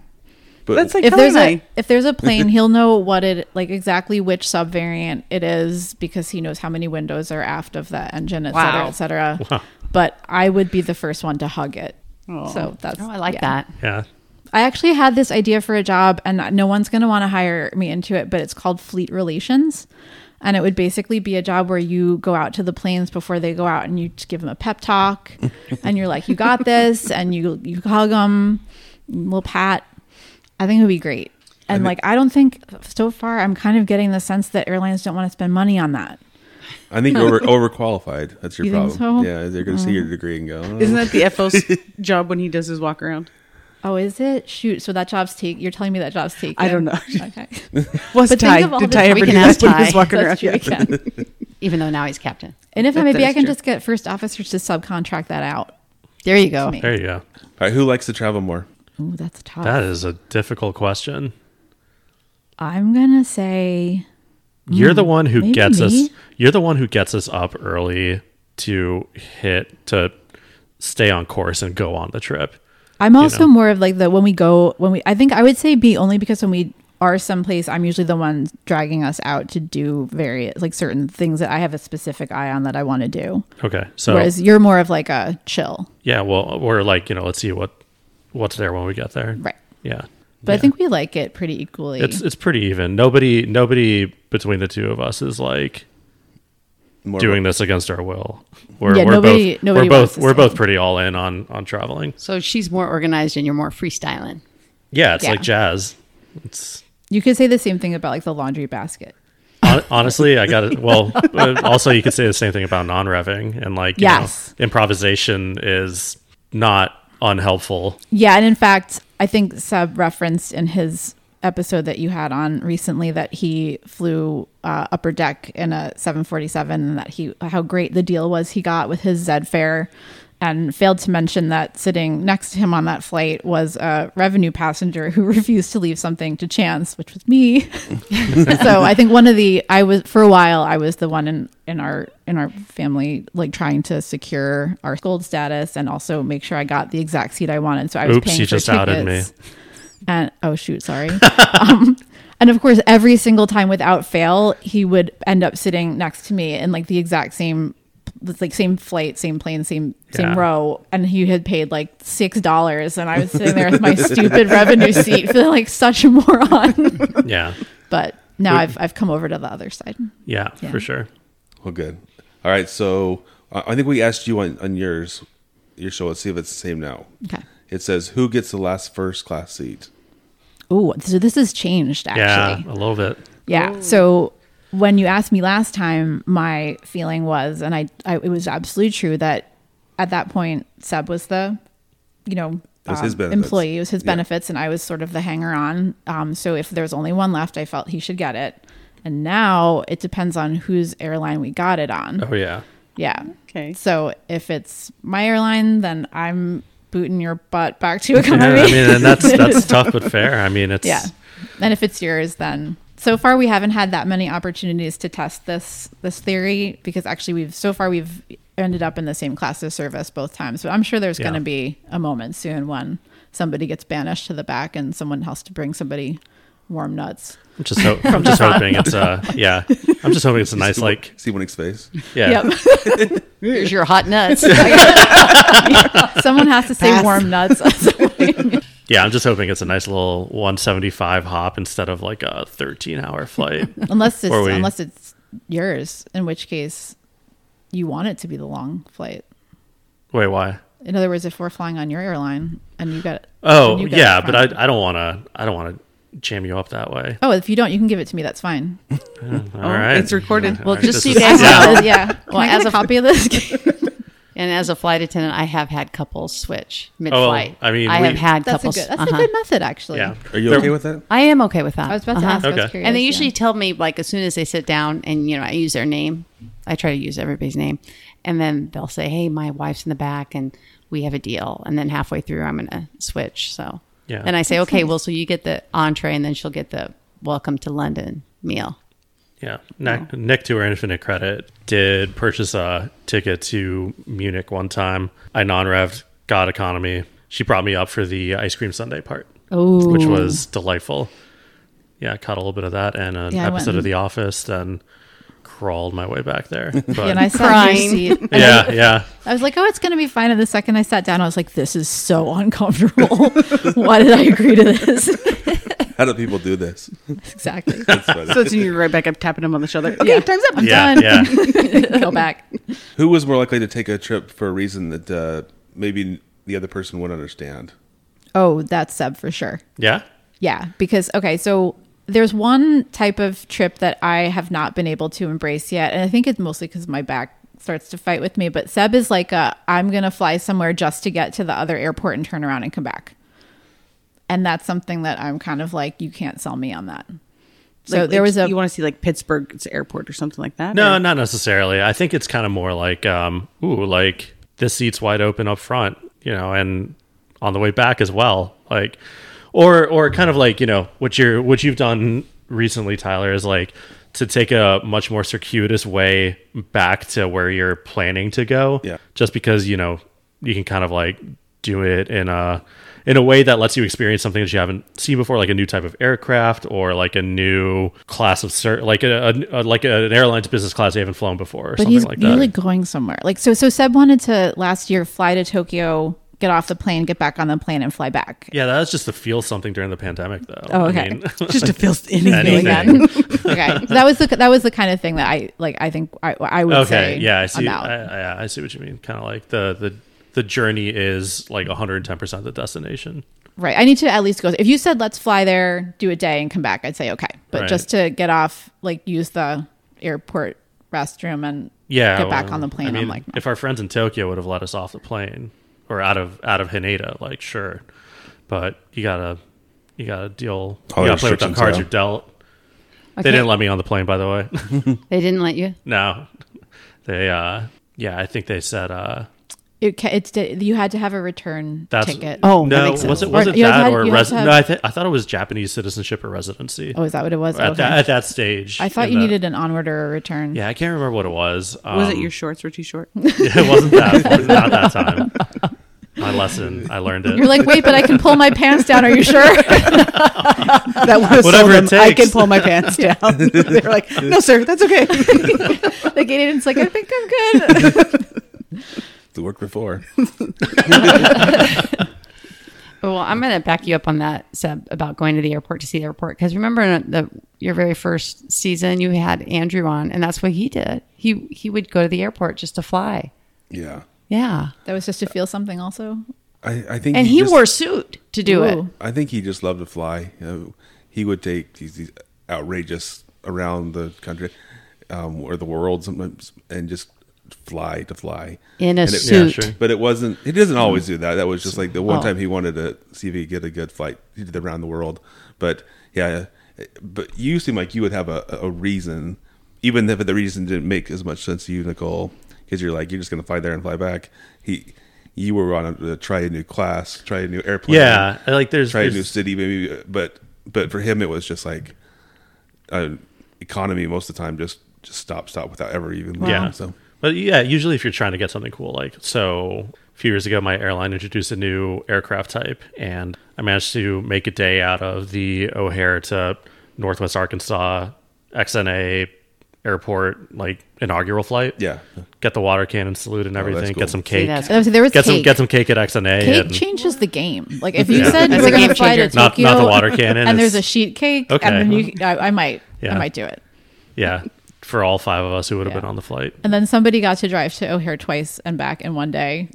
[SPEAKER 6] But
[SPEAKER 5] That's like
[SPEAKER 7] if there's
[SPEAKER 5] Helen and
[SPEAKER 7] a if there's a plane, he'll know what it like exactly which subvariant it is because he knows how many windows are aft of that engine, et cetera,
[SPEAKER 3] Wow.
[SPEAKER 7] et cetera. But I would be the first one to hug it. So that's
[SPEAKER 3] Oh, I like
[SPEAKER 7] yeah.
[SPEAKER 3] that.
[SPEAKER 4] Yeah.
[SPEAKER 7] I actually had this idea for a job, and no one's going to want to hire me into it, but it's called fleet relations. And it would basically be a job where you go out to the planes before they go out and you just give them a pep talk
[SPEAKER 5] <laughs>
[SPEAKER 7] and you're like, you got this. And you, you hug them, little pat. I think it would be great. And like, I don't think so far, I'm kind of getting the sense that airlines don't want to spend money on that.
[SPEAKER 6] I think you're over, overqualified. That's your
[SPEAKER 7] You
[SPEAKER 6] problem.
[SPEAKER 7] think so?
[SPEAKER 6] Yeah, they're gonna see your degree and go. "Oh."
[SPEAKER 4] Mm-hmm.
[SPEAKER 5] Isn't that the
[SPEAKER 4] <laughs>
[SPEAKER 5] FO's job when he does his walk around?
[SPEAKER 7] Oh, is it? Shoot. So that job's take, you're telling me that job's taken.
[SPEAKER 5] I don't know. <laughs>
[SPEAKER 7] Okay.
[SPEAKER 5] Was
[SPEAKER 7] But think
[SPEAKER 5] Ty?
[SPEAKER 7] of all
[SPEAKER 5] Did
[SPEAKER 7] the-
[SPEAKER 5] Ty
[SPEAKER 7] we
[SPEAKER 5] ever
[SPEAKER 3] can
[SPEAKER 5] do
[SPEAKER 3] ask
[SPEAKER 5] that when he
[SPEAKER 3] Ty.
[SPEAKER 5] was walking
[SPEAKER 7] That's
[SPEAKER 5] around?
[SPEAKER 7] true. I
[SPEAKER 5] Yeah.
[SPEAKER 7] can.
[SPEAKER 3] Even though now he's captain.
[SPEAKER 7] And if
[SPEAKER 5] That-
[SPEAKER 7] I
[SPEAKER 5] that
[SPEAKER 7] maybe I
[SPEAKER 5] is
[SPEAKER 7] can
[SPEAKER 5] true.
[SPEAKER 7] just get first officers to subcontract that out.
[SPEAKER 3] There you go.
[SPEAKER 7] me.
[SPEAKER 4] There you go.
[SPEAKER 6] All right, who likes to travel more?
[SPEAKER 7] Ooh, that's tough.
[SPEAKER 4] That is a difficult question.
[SPEAKER 7] I'm gonna say
[SPEAKER 4] You're the one who
[SPEAKER 7] Mm, maybe
[SPEAKER 4] gets us.
[SPEAKER 7] me?
[SPEAKER 4] You're the one who gets us up early to hit to stay on course and go on the trip.
[SPEAKER 7] I'm also
[SPEAKER 4] know.
[SPEAKER 7] more of like the when we go when we I think I would say B only because when we are someplace I'm usually the one dragging us out to do various like certain things that I have a specific eye on that I want to do.
[SPEAKER 4] Okay, so
[SPEAKER 7] Whereas you're more of like a chill.
[SPEAKER 4] yeah, well, we're like you know, let's see what what's there when we get there.
[SPEAKER 7] Right.
[SPEAKER 4] Yeah,
[SPEAKER 7] But I think we like it pretty equally.
[SPEAKER 4] it's it's pretty even. Nobody nobody between the two of us is like
[SPEAKER 6] More
[SPEAKER 4] doing this against our will. We're,
[SPEAKER 7] Yeah,
[SPEAKER 4] we're
[SPEAKER 7] nobody-
[SPEAKER 4] both
[SPEAKER 7] nobody
[SPEAKER 4] we're
[SPEAKER 7] wants
[SPEAKER 4] both
[SPEAKER 7] to
[SPEAKER 4] we're
[SPEAKER 7] stay.
[SPEAKER 4] both pretty all in on on traveling.
[SPEAKER 3] So she's more organized and you're more freestyling.
[SPEAKER 4] Yeah, it's
[SPEAKER 7] Yeah.
[SPEAKER 4] like jazz. It's
[SPEAKER 7] you could say the same thing about like the laundry basket.
[SPEAKER 4] Hon- Honestly, I got it. Well, uh, also you could say the same thing about non-revving and like you
[SPEAKER 7] Yes.
[SPEAKER 4] know, improvisation is not unhelpful.
[SPEAKER 7] Yeah, and in fact, I think Seb referenced in his episode that you had on recently that he flew uh, upper deck in a 747 and that he how great the deal was he got with his Zed fare and failed to mention that sitting next to him on that flight was a revenue passenger who <laughs> refused to leave something to chance which was me <laughs>
[SPEAKER 4] <laughs>
[SPEAKER 7] so I think one of the I was for a while I was the one in in our in our family like trying to secure our gold status and also make sure I got the exact seat I wanted. So I was
[SPEAKER 4] Oops,
[SPEAKER 7] paying
[SPEAKER 4] you
[SPEAKER 7] for
[SPEAKER 4] just
[SPEAKER 7] tickets.
[SPEAKER 4] outed me.
[SPEAKER 7] And oh shoot, sorry. <laughs> um, and of course, every single time without fail, he would end up sitting next to me in like the exact same it's like same flight, same plane, same
[SPEAKER 4] Yeah.
[SPEAKER 7] same row, and he had paid like six dollars, and I was sitting there with my stupid revenue seat, <laughs> feeling like such a moron.
[SPEAKER 4] Yeah,
[SPEAKER 7] but now I've I've come over to the other side. <laughs>
[SPEAKER 4] yeah, for sure.
[SPEAKER 6] Well, good. All right. So I I think we asked you on, on yours, your show. Let's see if it's the same now.
[SPEAKER 7] Okay.
[SPEAKER 6] It says, "Who gets the last first class seat?"
[SPEAKER 7] Oh, so this has changed actually.
[SPEAKER 4] Yeah, a little bit.
[SPEAKER 7] Yeah. So when you asked me last time, my feeling was, and I, I it was absolutely true that at that point Seb was the, you know, um,
[SPEAKER 6] was his benefits.
[SPEAKER 7] employee. It was his
[SPEAKER 6] Yeah.
[SPEAKER 7] benefits, and I was sort of the hanger on. Um, so if there's only one left, I felt he should get it. And now it depends on whose airline we got it on.
[SPEAKER 4] Oh yeah,
[SPEAKER 7] Yeah.
[SPEAKER 5] Okay.
[SPEAKER 7] So if it's my airline, then I'm booting your butt back to
[SPEAKER 4] <laughs>
[SPEAKER 7] economy.
[SPEAKER 4] yeah. I mean, and
[SPEAKER 7] <laughs>
[SPEAKER 4] that's that's tough but fair. I mean, it's
[SPEAKER 7] Yeah. And if it's yours, then so far we haven't had that many opportunities to test this this theory because actually we've so far we've ended up in the same class of service both times. But I'm sure there's
[SPEAKER 4] Yeah.
[SPEAKER 7] going to be a moment soon when somebody gets banished to the back and someone has to bring somebody warm nuts.
[SPEAKER 4] I'm just,
[SPEAKER 7] <laughs>
[SPEAKER 4] ho- I'm just hoping it's a yeah. I'm just hoping it's a nice
[SPEAKER 6] see,
[SPEAKER 7] <laughs>
[SPEAKER 4] like
[SPEAKER 6] see Winning's
[SPEAKER 3] <laughs>
[SPEAKER 6] face.
[SPEAKER 4] yeah.
[SPEAKER 7] Yep.
[SPEAKER 3] Here's your hot nuts.
[SPEAKER 7] Someone has to say
[SPEAKER 5] Pass.
[SPEAKER 7] warm nuts. <laughs>
[SPEAKER 4] Yeah, I'm just hoping it's a nice little 175 hop instead of like a 13 hour
[SPEAKER 7] <laughs>
[SPEAKER 4] flight.
[SPEAKER 7] unless it's
[SPEAKER 4] Or we-
[SPEAKER 7] unless it's yours, in which case you want it to be the long flight.
[SPEAKER 4] Wait, why?
[SPEAKER 7] In other words, if we're flying on your airline and you got
[SPEAKER 4] Oh,
[SPEAKER 7] and you got
[SPEAKER 4] yeah,
[SPEAKER 7] it
[SPEAKER 4] but
[SPEAKER 7] front-
[SPEAKER 4] I, I don't want to I don't want to jam you up that way.
[SPEAKER 7] oh if you don't, you can give it to me. That's
[SPEAKER 3] <laughs>
[SPEAKER 7] fine.
[SPEAKER 4] All right.
[SPEAKER 5] it's recorded.
[SPEAKER 4] All
[SPEAKER 3] Well,
[SPEAKER 4] right,
[SPEAKER 3] just
[SPEAKER 4] this
[SPEAKER 3] so
[SPEAKER 4] is-
[SPEAKER 3] you guys
[SPEAKER 4] yeah.
[SPEAKER 3] know,
[SPEAKER 7] yeah. Can
[SPEAKER 3] Well,
[SPEAKER 7] I get
[SPEAKER 3] as
[SPEAKER 7] a
[SPEAKER 3] a-
[SPEAKER 7] copy of this?
[SPEAKER 3] <laughs> and as a flight attendant, I have had couples switch
[SPEAKER 4] Oh, well,
[SPEAKER 3] mid-flight.
[SPEAKER 4] I mean,
[SPEAKER 3] I
[SPEAKER 4] we-
[SPEAKER 3] have had
[SPEAKER 7] that's a
[SPEAKER 3] couples.
[SPEAKER 7] good. That's
[SPEAKER 3] uh-huh.
[SPEAKER 7] a good method, actually.
[SPEAKER 4] Yeah.
[SPEAKER 6] Are you
[SPEAKER 4] There-
[SPEAKER 6] okay with that?
[SPEAKER 3] I am okay with that.
[SPEAKER 7] I was about to
[SPEAKER 3] Uh-huh.
[SPEAKER 7] ask. I was
[SPEAKER 4] Okay.
[SPEAKER 7] curious,
[SPEAKER 3] and they
[SPEAKER 7] yeah.
[SPEAKER 3] usually tell me like as soon as they sit down and you know i use their name i try to use everybody's name and then they'll say hey my wife's in the back and we have a deal and then halfway through i'm gonna switch so
[SPEAKER 4] Yeah.
[SPEAKER 3] and i say okay well so you get the entree and then she'll get the welcome to london meal
[SPEAKER 4] Yeah. Nick, Nick to her infinite credit did purchase a ticket to Munich one time. I non-revved, got economy. She brought me up for the ice cream sundae part,
[SPEAKER 3] Ooh.
[SPEAKER 4] which was delightful. Yeah, caught a little bit of that and an
[SPEAKER 7] Yeah, I
[SPEAKER 4] episode
[SPEAKER 7] went-
[SPEAKER 4] of The Office, then crawled my way back there. But
[SPEAKER 7] Yeah, and I saw
[SPEAKER 3] Crying.
[SPEAKER 7] your seat.
[SPEAKER 4] yeah, yeah.
[SPEAKER 7] I was like, oh, it's going to be fine. And the second I sat down, I was like, this is so
[SPEAKER 3] <laughs>
[SPEAKER 7] uncomfortable. Why did I agree to this? <laughs>
[SPEAKER 6] How do people do
[SPEAKER 3] <laughs>
[SPEAKER 6] this?
[SPEAKER 7] exactly.
[SPEAKER 6] That's funny.
[SPEAKER 5] <laughs> So it's when you're right back up tapping him on the shoulder. Okay,
[SPEAKER 7] Yeah.
[SPEAKER 5] time's up.
[SPEAKER 7] I'm
[SPEAKER 4] yeah,
[SPEAKER 7] done.
[SPEAKER 4] yeah.
[SPEAKER 7] <laughs> Go back.
[SPEAKER 6] Who was more likely to take a trip for a reason that uh, maybe the other person would understand?
[SPEAKER 7] Oh, that's Seb for sure.
[SPEAKER 4] Yeah.
[SPEAKER 7] Yeah, because okay, so there's one type of trip that I have not been able to embrace yet, and I think it's mostly because my back starts to fight with me. But Seb is like a I'm gonna fly somewhere just to get to the other airport and turn around and come back, and that's something that I'm kind of like you can't sell me on that. So
[SPEAKER 5] Like,
[SPEAKER 7] there was a
[SPEAKER 5] you want to see like Pittsburgh's airport or something like that.
[SPEAKER 4] No,
[SPEAKER 5] or-
[SPEAKER 4] not necessarily. I think it's kind of more like, um, ooh, like this seat's wide open up front, you know, and on the way back as well, like, or or kind of like you know what you're what you've done recently, Tyler, is like to take a much more circuitous way back to where you're planning to go.
[SPEAKER 6] Yeah.
[SPEAKER 4] just because you know you can kind of like do it in a in a way that lets you experience something that you haven't seen before, like a new type of aircraft or like a new class of ser- like a, a, a like a, an airline's business class you haven't flown before, or
[SPEAKER 7] but
[SPEAKER 4] something
[SPEAKER 7] he's
[SPEAKER 4] like that.
[SPEAKER 7] really going somewhere. Like so, so Seb wanted to last year fly to Tokyo, get off the plane, get back on the plane, and fly back.
[SPEAKER 4] yeah, that was just to feel something during the pandemic, though.
[SPEAKER 7] Oh, okay.
[SPEAKER 5] just to
[SPEAKER 4] <laughs>
[SPEAKER 5] feel anything.
[SPEAKER 4] anything.
[SPEAKER 7] <laughs> okay, so that was the that was the kind of thing that I like. I think I, I would
[SPEAKER 4] okay
[SPEAKER 7] say.
[SPEAKER 4] yeah i
[SPEAKER 7] I'm
[SPEAKER 4] see
[SPEAKER 7] out.
[SPEAKER 4] I, yeah, I see what you mean kind of like the the the journey is like 110% the destination
[SPEAKER 7] Right. I need to at least go. If you said let's fly there, do a day, and come back, I'd say okay. But
[SPEAKER 4] Right.
[SPEAKER 7] just to get off, like use the airport restroom and
[SPEAKER 4] yeah
[SPEAKER 7] get back
[SPEAKER 4] well,
[SPEAKER 7] on the plane.
[SPEAKER 4] I
[SPEAKER 7] I
[SPEAKER 4] mean,
[SPEAKER 7] am like, no.
[SPEAKER 4] if our friends in tokyo would have let us off the plane or out of out of haneda like sure but you gotta you gotta deal
[SPEAKER 6] All
[SPEAKER 4] you
[SPEAKER 6] the
[SPEAKER 4] gotta play with the
[SPEAKER 6] restrictions,
[SPEAKER 4] cards
[SPEAKER 6] yeah.
[SPEAKER 4] you're dealt
[SPEAKER 3] Okay.
[SPEAKER 4] they didn't let me on the plane by the way <laughs>
[SPEAKER 3] they didn't let you
[SPEAKER 4] no they uh yeah i think they said uh
[SPEAKER 7] it, ca- it's di- you had to have a return
[SPEAKER 4] that's
[SPEAKER 7] ticket.
[SPEAKER 5] Oh, that
[SPEAKER 4] no
[SPEAKER 5] makes
[SPEAKER 4] was
[SPEAKER 5] sense.
[SPEAKER 4] it was
[SPEAKER 7] Or
[SPEAKER 4] it
[SPEAKER 7] you
[SPEAKER 4] that
[SPEAKER 7] had-
[SPEAKER 4] or
[SPEAKER 7] you had
[SPEAKER 4] res-
[SPEAKER 7] to have-
[SPEAKER 4] no I, th- I thought it was japanese citizenship or residency
[SPEAKER 7] Oh, is that what it was?
[SPEAKER 4] at,
[SPEAKER 7] Okay.
[SPEAKER 4] that, at that stage
[SPEAKER 7] I thought
[SPEAKER 4] in
[SPEAKER 7] you
[SPEAKER 4] the-
[SPEAKER 7] needed an onward or a return.
[SPEAKER 4] Yeah, I can't remember what it was. Um,
[SPEAKER 5] Was it your shorts were too short?
[SPEAKER 4] <laughs> it wasn't that. not that time.
[SPEAKER 7] <laughs>
[SPEAKER 4] My lesson. I learned it.
[SPEAKER 7] You're like, wait, but I can pull my pants down. Are
[SPEAKER 4] <laughs>
[SPEAKER 7] you sure? <laughs>
[SPEAKER 5] that was
[SPEAKER 4] Whatever it
[SPEAKER 5] I
[SPEAKER 4] takes.
[SPEAKER 5] can pull my <laughs> pants
[SPEAKER 4] <laughs>
[SPEAKER 5] down. they were like, no, sir, that's okay.
[SPEAKER 7] the gate agent's like, I think I'm good.
[SPEAKER 6] It worked before.
[SPEAKER 3] Well, I'm going to back you up on that, Seb, about going to the airport to see the airport. Because remember, in the your very first season, you had Andrew on, and that's what he did. He he would go to the airport just to fly.
[SPEAKER 6] <laughs> Yeah,
[SPEAKER 3] Yeah,
[SPEAKER 7] That was just to feel something, also.
[SPEAKER 6] I, I think.
[SPEAKER 3] and he
[SPEAKER 6] just,
[SPEAKER 3] wore suit to do it.
[SPEAKER 7] Ooh.
[SPEAKER 6] I think he just loved to fly. You know, he would take these, these outrageous around the country um, or the world sometimes, and just fly to fly
[SPEAKER 3] In a
[SPEAKER 6] And it-
[SPEAKER 3] suit.
[SPEAKER 4] Yeah, sure.
[SPEAKER 6] Mm-hmm. But it wasn't. He doesn't always
[SPEAKER 4] Mm-hmm.
[SPEAKER 6] do that. That was just like the
[SPEAKER 4] Oh.
[SPEAKER 6] one time he wanted to see if he could get a good flight. He did the round the world. But yeah, but you seem like you would have a, a reason, even if the reason didn't make as much sense to you, Nicole, because you're like you're just gonna fly there and fly back. He, you were on to try a new class, try a new airplane.
[SPEAKER 4] Yeah, I like there's,
[SPEAKER 6] try a new
[SPEAKER 4] there's-
[SPEAKER 6] city, maybe. But but for him, it was just like uh, economy most of the time. Just just stop, stop without ever even. leaving.
[SPEAKER 4] yeah.
[SPEAKER 6] So
[SPEAKER 4] But yeah, usually if you're trying to get something cool, like so, a few years ago, my airline introduced a new aircraft type, and I managed to make a day out of the O'Hare to Northwest Arkansas XNA airport, like inaugural flight.
[SPEAKER 6] Yeah. Oh,
[SPEAKER 4] Get the water cannon salute and everything.
[SPEAKER 6] cool.
[SPEAKER 4] Get some cake.
[SPEAKER 3] that's-
[SPEAKER 7] Uh, there was
[SPEAKER 4] get some
[SPEAKER 7] cake.
[SPEAKER 4] get some cake at XNA.
[SPEAKER 7] Cake
[SPEAKER 4] and
[SPEAKER 7] changes the game. Like if you
[SPEAKER 4] Yeah.
[SPEAKER 7] said you
[SPEAKER 4] It's
[SPEAKER 7] were
[SPEAKER 4] a
[SPEAKER 7] going
[SPEAKER 4] game
[SPEAKER 7] to fly to
[SPEAKER 3] changer.
[SPEAKER 4] Not-
[SPEAKER 7] Tokyo,
[SPEAKER 4] not the water cannon,
[SPEAKER 7] and there's a
[SPEAKER 4] it's-
[SPEAKER 7] sheet cake,
[SPEAKER 4] Okay.
[SPEAKER 7] and then you, I, I might,
[SPEAKER 4] Yeah.
[SPEAKER 7] I might do it.
[SPEAKER 4] yeah, for all five of us who would have
[SPEAKER 7] Yeah.
[SPEAKER 4] been on the flight.
[SPEAKER 7] And then somebody got to drive to O'Hare twice and back in
[SPEAKER 4] <laughs>
[SPEAKER 7] one day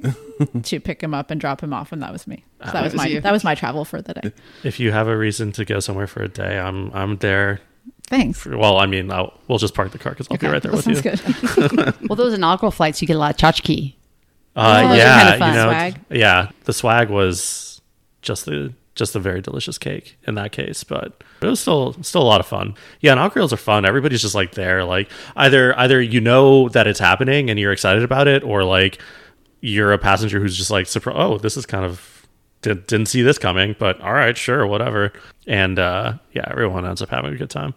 [SPEAKER 7] to pick him up and drop him off, and that was me.
[SPEAKER 4] Ah,
[SPEAKER 7] So that was my
[SPEAKER 3] you.
[SPEAKER 7] that was my travel for the day.
[SPEAKER 4] If you have a reason to go somewhere for a day, I'm I'm there.
[SPEAKER 7] Thanks.
[SPEAKER 4] Well, I mean, I'll, we'll just park the car because I'll be right there
[SPEAKER 7] that
[SPEAKER 4] with you. <laughs>
[SPEAKER 7] sounds good.
[SPEAKER 3] Well, those inaugural flights, you get a lot of tchotchke.
[SPEAKER 4] Uh,
[SPEAKER 7] Oh, those are
[SPEAKER 4] yeah,
[SPEAKER 7] kinda fun.
[SPEAKER 4] you know,
[SPEAKER 7] Swag.
[SPEAKER 4] yeah. The swag was just the just a very delicious cake in that case, but it was still still a lot of fun. Yeah, inaugurals are fun. Everybody's just like there, like either either you know that it's happening and you're excited about it, or like you're a passenger who's just like, surpri- oh, this is kind of did, didn't see this coming, but all right, sure, whatever. And uh, yeah, everyone ends up having a good time.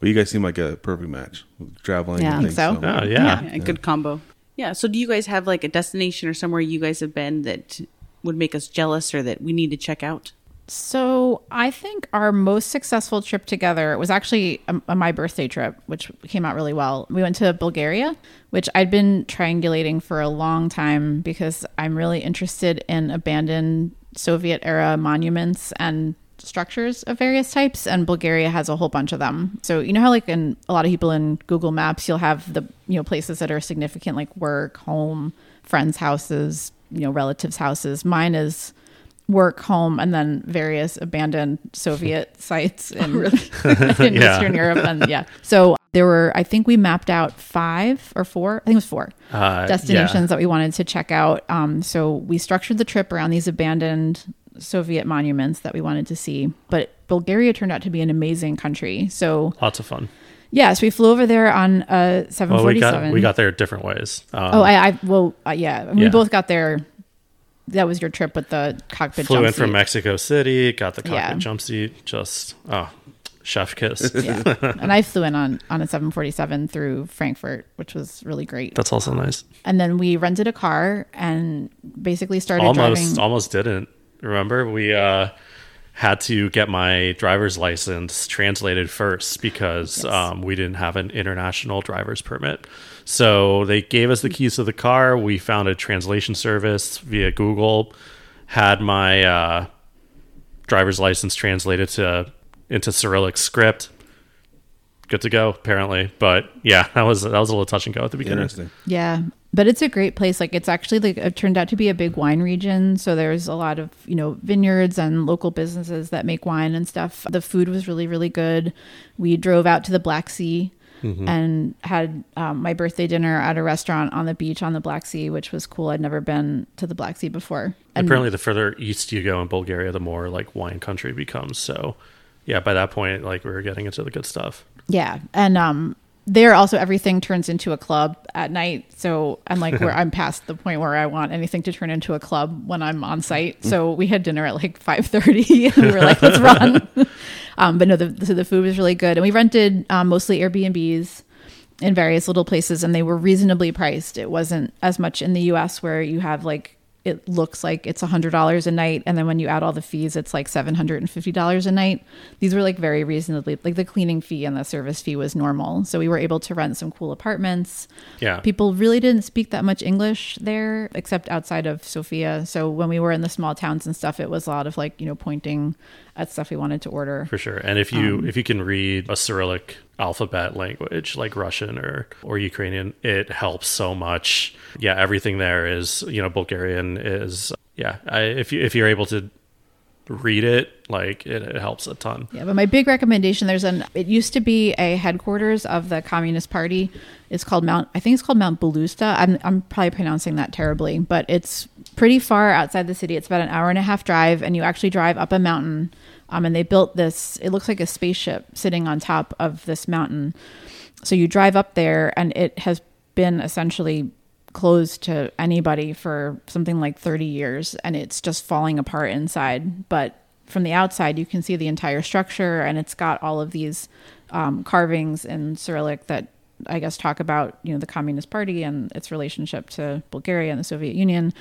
[SPEAKER 6] Well, you guys seem like a perfect match. Traveling,
[SPEAKER 3] Yeah.
[SPEAKER 6] and
[SPEAKER 3] I
[SPEAKER 7] think
[SPEAKER 6] things,
[SPEAKER 7] so.
[SPEAKER 5] <laughs>
[SPEAKER 4] Oh
[SPEAKER 5] Yeah,
[SPEAKER 4] yeah.
[SPEAKER 5] a good combo. Yeah. So, do you guys have like a destination or somewhere you guys have been that would make us jealous or that we need to check out?
[SPEAKER 7] So I think our most successful trip together was actually a, a my birthday trip, which came out really well. We went to Bulgaria, which I'd been triangulating for a long time because I'm really interested in abandoned Soviet era monuments and structures of various types and Bulgaria has a whole bunch of them. So you know how like in a lot of people in Google Maps you'll have the you know places that are significant like work, home, friends' houses, you know relatives' houses. Mine is work, home, and then various abandoned
[SPEAKER 4] <laughs>
[SPEAKER 7] Soviet sites in, <laughs> in
[SPEAKER 4] Oh, Yeah.
[SPEAKER 7] Eastern Europe. And yeah, so there were, I think we mapped out five or four, I think it was four
[SPEAKER 4] Uh,
[SPEAKER 7] destinations
[SPEAKER 4] yeah.
[SPEAKER 7] that we wanted to check out. Um, so we structured the trip around these abandoned Soviet monuments that we wanted to see. But Bulgaria turned out to be an amazing country. So
[SPEAKER 4] Lots of fun.
[SPEAKER 7] yeah, so we flew over there on a seven
[SPEAKER 4] Well, we
[SPEAKER 7] forty
[SPEAKER 4] got
[SPEAKER 7] seven.
[SPEAKER 4] we got there different ways. Um,
[SPEAKER 7] Oh, I, I well, uh, yeah, we
[SPEAKER 4] Yeah.
[SPEAKER 7] both got there. That was your trip with the cockpit.
[SPEAKER 4] flew in
[SPEAKER 7] Oh, jumpsuit.
[SPEAKER 4] from Mexico City, got the cockpit
[SPEAKER 7] Yeah.
[SPEAKER 4] jump seat, just oh, chef kiss.
[SPEAKER 7] <laughs> yeah. and I flew in on on a 747 through Frankfurt, which was really great.
[SPEAKER 4] That's also nice.
[SPEAKER 7] And then we rented a car and basically started
[SPEAKER 4] almost
[SPEAKER 7] driving.
[SPEAKER 4] almost didn't. Remember we uh had to get my driver's license translated first because um, we didn't have an international driver's permit. So they gave us the
[SPEAKER 7] Mm-hmm.
[SPEAKER 4] keys to the car. We found a translation service via Google. Had my uh, driver's license translated to into Cyrillic script. Good to go, apparently. But yeah, <laughs> that was that was a little touch and go at the beginning.
[SPEAKER 6] Interesting.
[SPEAKER 7] yeah, but it's a great place. Like it's actually like it turned out to be a big wine region, so there's a lot of you know vineyards and local businesses that make wine and stuff. The food was really really good. We drove out to the Black Sea. And had um, my birthday dinner at a restaurant on the beach on the Black Sea, which was cool. I'd never been to the Black Sea before. And
[SPEAKER 4] Apparently, the further east you go in Bulgaria, the more like wine country it becomes. So, yeah, by that point, like we were getting into the good stuff.
[SPEAKER 7] Yeah, and um, there also everything turns into a club at night. So and like where I'm past the point where I want anything to turn into a club when I'm on site. So we had dinner at like five thirty, <laughs> and we were like, let's run. um, but no, the, so the food was really good, and we rented um, mostly Airbnbs in various little places, and they were reasonably priced. It wasn't as much in the U.S. where you have like. It looks like it's $100 a night. And then when you add all the fees, it's like $750 a night. These were like very reasonably, like the cleaning fee and the service fee was normal. So we were able to rent some cool apartments.
[SPEAKER 4] Yeah.
[SPEAKER 7] People really didn't speak that much English there, except outside of Sofia. So when we were in the small towns and stuff, it was a lot of like, you know, pointing at stuff we wanted to order.
[SPEAKER 4] For sure. And if
[SPEAKER 7] Um,
[SPEAKER 4] you if you can read a Cyrillic alphabet language like Russian or or Ukrainian, it helps so much. Yeah, everything there is you know Bulgarian is yeah. I, if you if you're able to read it, like it, it helps a ton.
[SPEAKER 7] Yeah, but my big recommendation there's an it used to be a headquarters of the Communist Party. It's called Mount I think it's called Mount Balusta. I'm I'm probably pronouncing that terribly, but it's pretty far outside the city. It's about an hour and a half drive and you actually drive up a mountain. Um and they built this it looks like a spaceship sitting on top of this mountain. So you drive up there and it has been essentially closed to anybody for something like 30 years and it's just falling apart inside but from the outside you can see the entire structure and it's got all of these um, carvings in cyrillic that I guess talk about you know the Communist Party and its relationship to Bulgaria and the Soviet Union.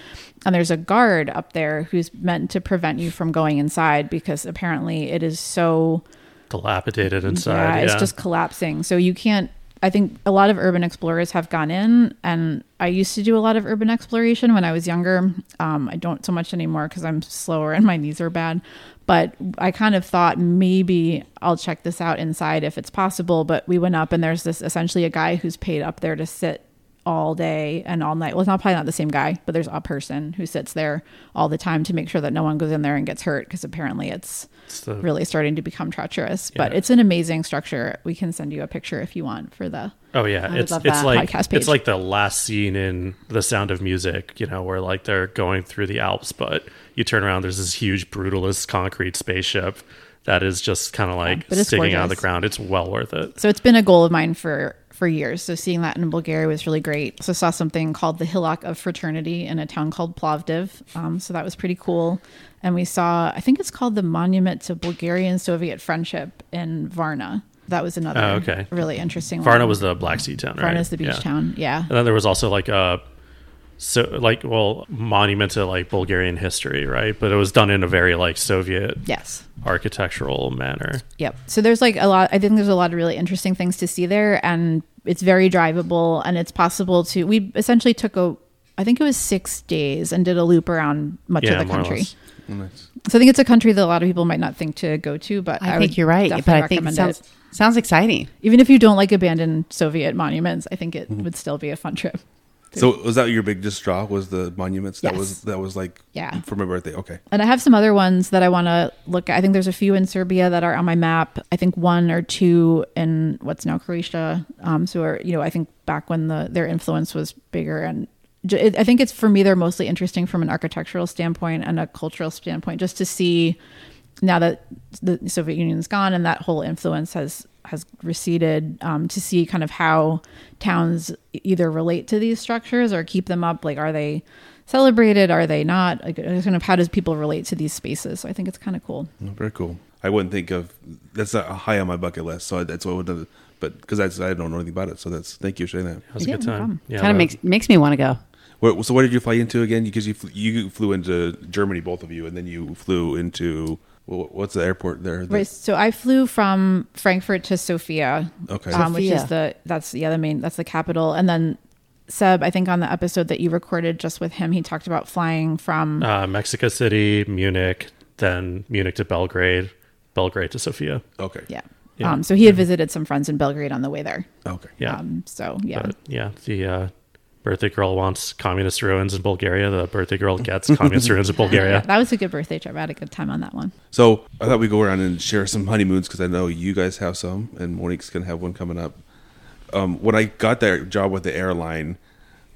[SPEAKER 7] And there's a guard up there who's meant to prevent you from going inside because apparently it is so
[SPEAKER 4] dilapidated inside.
[SPEAKER 7] yeah,
[SPEAKER 4] Yeah,
[SPEAKER 7] it's just collapsing. So you can't. I think a lot of urban explorers have gone in, and I used to do a lot of urban exploration when I was younger. Um, I don't so much anymore because I'm slower <laughs> and my knees are bad. But I kind of thought maybe I'll check this out inside if it's possible. But we went up, and there's this essentially a guy who's paid up there to sit all day and all night. Well, it's not probably not the same guy, but there's a person who sits there all the time to make sure that no one goes in there and gets hurt because apparently it's
[SPEAKER 4] It's the-
[SPEAKER 7] really starting to become treacherous. But
[SPEAKER 4] Yeah.
[SPEAKER 7] it's an amazing structure. We can send you a picture if you want for the.
[SPEAKER 4] Oh yeah,
[SPEAKER 3] would
[SPEAKER 4] it's
[SPEAKER 3] love
[SPEAKER 4] it's
[SPEAKER 3] that.
[SPEAKER 4] like
[SPEAKER 7] Podcast page.
[SPEAKER 4] it's like the last scene in The Sound of Music, you know, where like they're going through the Alps, but you turn around, there's this huge brutalist concrete spaceship that is just kind of like
[SPEAKER 7] but it's
[SPEAKER 4] sticking out of the
[SPEAKER 7] gorgeous.
[SPEAKER 4] ground. It's well worth it.
[SPEAKER 7] So it's been a goal of mine for for years. So seeing that in Bulgaria was really great. So saw something called the Hillock of Fraternity in a town called Plovdiv. Um, so that was pretty cool. And we saw, I think it's called the Monument to Bulgarian Soviet Friendship in Varna. That was another
[SPEAKER 4] Oh, okay.
[SPEAKER 7] really interesting.
[SPEAKER 4] Varna
[SPEAKER 7] one.
[SPEAKER 4] was the Black Sea town, right?
[SPEAKER 7] Varna's the beach
[SPEAKER 4] Yeah.
[SPEAKER 7] town. Yeah.
[SPEAKER 4] And then there was also like a so like well monument to like Bulgarian history, right? But it was done in a very like Soviet
[SPEAKER 7] Yes.
[SPEAKER 4] architectural manner.
[SPEAKER 7] Yep. So there's like a lot. I think there's a lot of really interesting things to see there, and it's very drivable, and it's possible to. We essentially took a, I think it was six days, and did a loop around much
[SPEAKER 4] Yeah,
[SPEAKER 7] of the
[SPEAKER 4] more or
[SPEAKER 7] country.
[SPEAKER 4] less.
[SPEAKER 6] Nice.
[SPEAKER 7] So I think it's a country that a lot of people might not think to go to, but I,
[SPEAKER 3] I, think
[SPEAKER 7] would
[SPEAKER 3] you're right, but
[SPEAKER 7] definitely
[SPEAKER 3] I think it
[SPEAKER 7] recommend
[SPEAKER 3] sounds
[SPEAKER 7] it.
[SPEAKER 3] sounds exciting.
[SPEAKER 7] Even if you don't like abandoned Soviet monuments, I think it
[SPEAKER 4] Mm-hmm.
[SPEAKER 7] would still be a fun trip.
[SPEAKER 6] So was that your big just draw? Was the monuments that
[SPEAKER 7] Yes.
[SPEAKER 6] was that was like
[SPEAKER 7] Yeah.
[SPEAKER 6] for my birthday? Okay,
[SPEAKER 7] And I have some other ones that I want to look at. I think there's a few in Serbia that are on my map. I think one or two in what's now Croatia. Um, so, are, you know, I think back when the their influence was bigger, and j- it, I think it's for me they're mostly interesting from an architectural standpoint and a cultural standpoint, just to see now that the Soviet Union's gone and that whole influence has has receded um, to see kind of how towns e-, either relate to these structures or keep them up. Like, are they celebrated? Are they not? Like, it's kind of how does people relate to these spaces? So I think it's kind of cool.
[SPEAKER 6] Mm, very cool. I wouldn't think of that's not high on my bucket list, so that's what I would have. But because I, I don't know anything about it, so that's thank you for sharing that.
[SPEAKER 4] That was
[SPEAKER 7] Yeah,
[SPEAKER 4] a good
[SPEAKER 7] no
[SPEAKER 4] time.
[SPEAKER 7] problem.
[SPEAKER 4] yeah,
[SPEAKER 3] kind of
[SPEAKER 4] that-
[SPEAKER 3] makes makes me want to go.
[SPEAKER 6] Where, so where did you fly into again? Because you flew, you flew into Germany, both of you, and then you flew into wh- what's the airport there?
[SPEAKER 7] Right. So I flew from Frankfurt to Sofia,
[SPEAKER 6] Okay.
[SPEAKER 7] um, which is
[SPEAKER 3] Sofia.
[SPEAKER 7] the that's the other main that's the capital, and then. Seb, I think on the episode that you recorded just with him, he talked about flying from
[SPEAKER 4] uh, Mexico City, Munich, then Munich to Belgrade, Belgrade to Sofia.
[SPEAKER 6] Okay.
[SPEAKER 7] yeah.
[SPEAKER 4] Yeah.
[SPEAKER 7] Um, so he had visited some friends in Belgrade on the way there.
[SPEAKER 6] Okay.
[SPEAKER 4] Yeah,
[SPEAKER 7] Um, so yeah,
[SPEAKER 4] but yeah, the uh, birthday girl wants communist ruins in Bulgaria. The birthday girl gets communist ruins
[SPEAKER 7] <laughs>
[SPEAKER 4] in Bulgaria.
[SPEAKER 7] that was a good birthday trip. I had a good time on that one.
[SPEAKER 6] So I thought we'd go around and share some honeymoons because I know you guys have some, and Monique's gonna have one coming up. Um, when I got that job with the airline,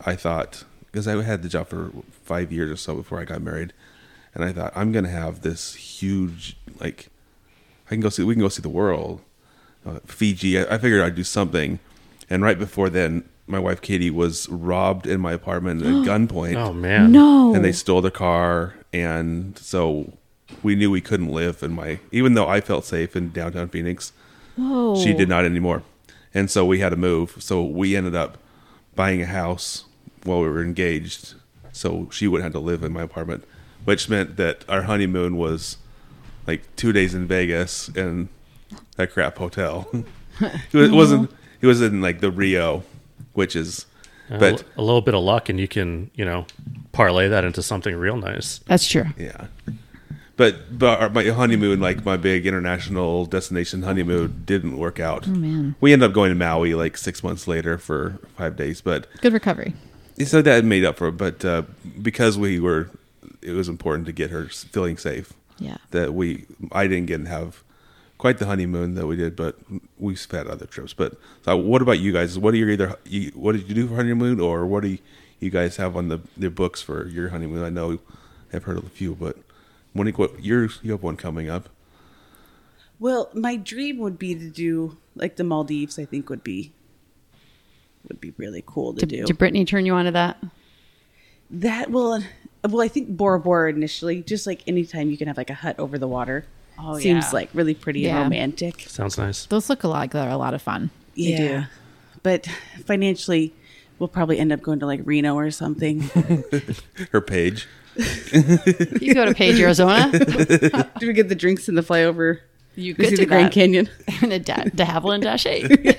[SPEAKER 6] I thought because I had the job for five years or so before I got married, and I thought I'm gonna have this huge like I can go see we can go see the world, uh, Fiji. I, I figured I'd do something, and right before then, my wife Katie was robbed in my
[SPEAKER 4] <gasps>
[SPEAKER 6] apartment at gunpoint
[SPEAKER 4] Oh man,
[SPEAKER 7] No,
[SPEAKER 6] and they stole their car and so we knew we couldn't live in my even though i felt safe in downtown phoenix
[SPEAKER 7] Whoa.
[SPEAKER 6] she did not anymore and so we had to move so we ended up buying a house while we were engaged so she would have to live in my apartment which meant that our honeymoon was like two days in vegas and that crap hotel <laughs> it
[SPEAKER 7] <laughs>
[SPEAKER 6] was- it wasn't it was in like the rio which is
[SPEAKER 4] A
[SPEAKER 6] but
[SPEAKER 4] l- a little bit of luck, and you can you know parlay that into something real nice.
[SPEAKER 3] That's true.
[SPEAKER 6] Yeah. But but our, my honeymoon, like my big international destination honeymoon, didn't work out. We ended up going to Maui like six months later for five days, but
[SPEAKER 7] good recovery.
[SPEAKER 6] so that made up for it. But uh, because we were, it was important to get her s- feeling safe.
[SPEAKER 7] Yeah.
[SPEAKER 6] That we, I didn't get to have quite the honeymoon that we did, but we've had other trips. But so what about you guys? What are your either? You, what did you do for honeymoon, or what do you, you guys have on the the books for your honeymoon? I know I've heard of a few, but Monique, what yours? You have one coming up.
[SPEAKER 5] Well, my dream would be to do like the Maldives. I think would be would be really cool to
[SPEAKER 3] Did,
[SPEAKER 5] do.
[SPEAKER 3] did Brittany turn you on to that?
[SPEAKER 5] that will. Well, I think Bora Bora initially, just like anytime you can have like a hut over the water,
[SPEAKER 8] Oh,
[SPEAKER 5] seems
[SPEAKER 8] yeah.
[SPEAKER 5] like really pretty
[SPEAKER 7] Yeah.
[SPEAKER 5] and romantic.
[SPEAKER 4] Sounds nice.
[SPEAKER 7] Those look alike. They're a lot of fun.
[SPEAKER 5] Yeah, but financially, we'll probably end up going to like Reno or something.
[SPEAKER 3] <laughs>
[SPEAKER 6] Her page.
[SPEAKER 3] You go to Page, Arizona, <laughs>
[SPEAKER 5] Do we get the drinks in the flyover?
[SPEAKER 3] You
[SPEAKER 5] We
[SPEAKER 3] could
[SPEAKER 5] see
[SPEAKER 3] do
[SPEAKER 5] the Grand
[SPEAKER 3] that. <laughs>
[SPEAKER 5] Canyon.
[SPEAKER 3] and a da- to Haviland Dash 8.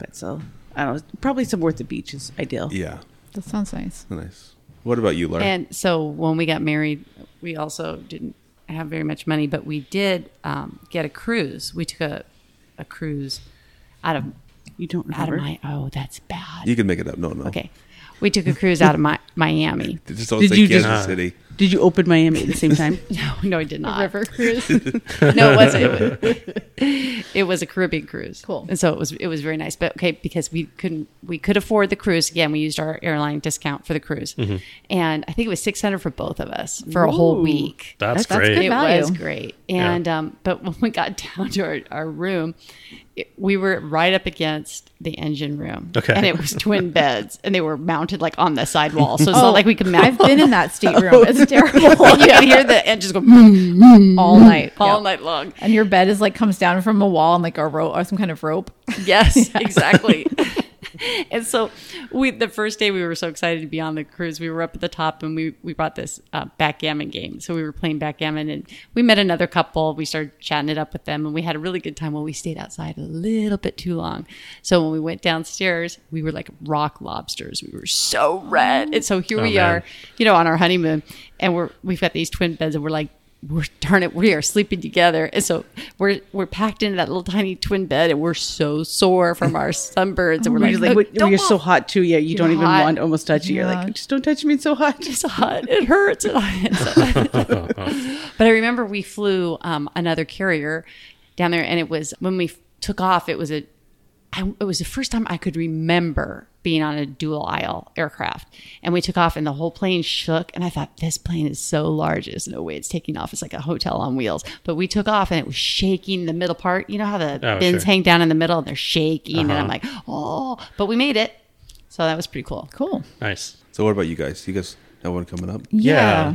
[SPEAKER 5] But so I don't know. Probably somewhere at the beach is ideal.
[SPEAKER 6] Yeah,
[SPEAKER 7] That sounds nice.
[SPEAKER 6] nice. What about you, Laura?
[SPEAKER 3] And so when we got married, we also didn't have very much money, but we did um, get a cruise. We took a, a cruise out of
[SPEAKER 5] You don't
[SPEAKER 3] out
[SPEAKER 5] remember?
[SPEAKER 3] of my oh that's bad.
[SPEAKER 6] you can make it up. No, no.
[SPEAKER 3] okay, we took a cruise out
[SPEAKER 7] <laughs>
[SPEAKER 3] of my, Miami. <laughs>
[SPEAKER 6] Just don't
[SPEAKER 5] Did
[SPEAKER 6] say
[SPEAKER 5] you
[SPEAKER 6] Kansas
[SPEAKER 5] just-
[SPEAKER 6] City.
[SPEAKER 5] Did you open Miami at the same time?
[SPEAKER 3] No, no, I did not.
[SPEAKER 7] River cruise.
[SPEAKER 3] <laughs> no, it wasn't. It was, it was a Caribbean cruise.
[SPEAKER 7] Cool.
[SPEAKER 3] And so it was it was very nice. But okay, because we couldn't we could afford the cruise again. We used our airline discount for the cruise,
[SPEAKER 7] Mm-hmm.
[SPEAKER 3] and I think it was six hundred for both of us for a whole week.
[SPEAKER 4] That's,
[SPEAKER 7] That's
[SPEAKER 4] great.
[SPEAKER 7] good
[SPEAKER 3] it
[SPEAKER 7] value.
[SPEAKER 3] was great. And um, but when we got <laughs> down to our, our room, it, we were right up against the engine room.
[SPEAKER 4] Okay.
[SPEAKER 3] And it was <laughs> twin beds, and they were mounted like on the side wall. So it's not like we could mount.
[SPEAKER 7] I've been in that stateroom. It's terrible
[SPEAKER 3] <laughs> you can hear the engines <laughs> go mm,
[SPEAKER 7] all night.
[SPEAKER 3] all
[SPEAKER 7] Yeah.
[SPEAKER 3] night long.
[SPEAKER 7] And your bed is like comes down from a wall and like a rope or some kind of rope.
[SPEAKER 3] <laughs> Yes, exactly. <laughs> and so we the first day we were so excited to be on the cruise. We were up at the top and we we brought this uh, backgammon game. So we were playing backgammon and we met another couple. We started chatting it up with them and we had a really good time. Well, we stayed outside a little bit too long. So when we went downstairs, we were like rock lobsters. We were so red. And so here we
[SPEAKER 4] man.
[SPEAKER 3] are, you know, on our honeymoon and we're we've got these twin beds and we're like we're darn it, we are sleeping together. And so we're we're packed into that little tiny twin bed and we're so sore from our sunburns and we're
[SPEAKER 5] We're
[SPEAKER 3] like,
[SPEAKER 5] just
[SPEAKER 7] Uh,
[SPEAKER 5] like,
[SPEAKER 3] "Oh,
[SPEAKER 5] "What-
[SPEAKER 3] don't
[SPEAKER 5] you're
[SPEAKER 3] move."
[SPEAKER 5] so hot too. Yeah, you don't even
[SPEAKER 3] hot.
[SPEAKER 5] want to almost touch you. You're
[SPEAKER 7] Yeah.
[SPEAKER 5] like, just don't touch me it's so hot.
[SPEAKER 3] it's hot. It hurts. And I- and <laughs> so- but I remember we flew um, another carrier down there, and it was when we f- took off. It was a, I, it was the first time I could remember being on a dual aisle aircraft, and we took off, and the whole plane shook. And I thought, this plane is so large. There's no way it's taking off. It's like a hotel on wheels. But we took off, and it was shaking the middle part. You know how the
[SPEAKER 4] Oh,
[SPEAKER 3] bins
[SPEAKER 4] sure.
[SPEAKER 3] hang down in the middle, and they're shaking. And
[SPEAKER 5] Uh-huh.
[SPEAKER 3] I'm like, oh, but we made it. So that was pretty cool.
[SPEAKER 7] Cool.
[SPEAKER 4] Nice.
[SPEAKER 6] So what about you guys? You guys have one coming up?
[SPEAKER 4] Yeah.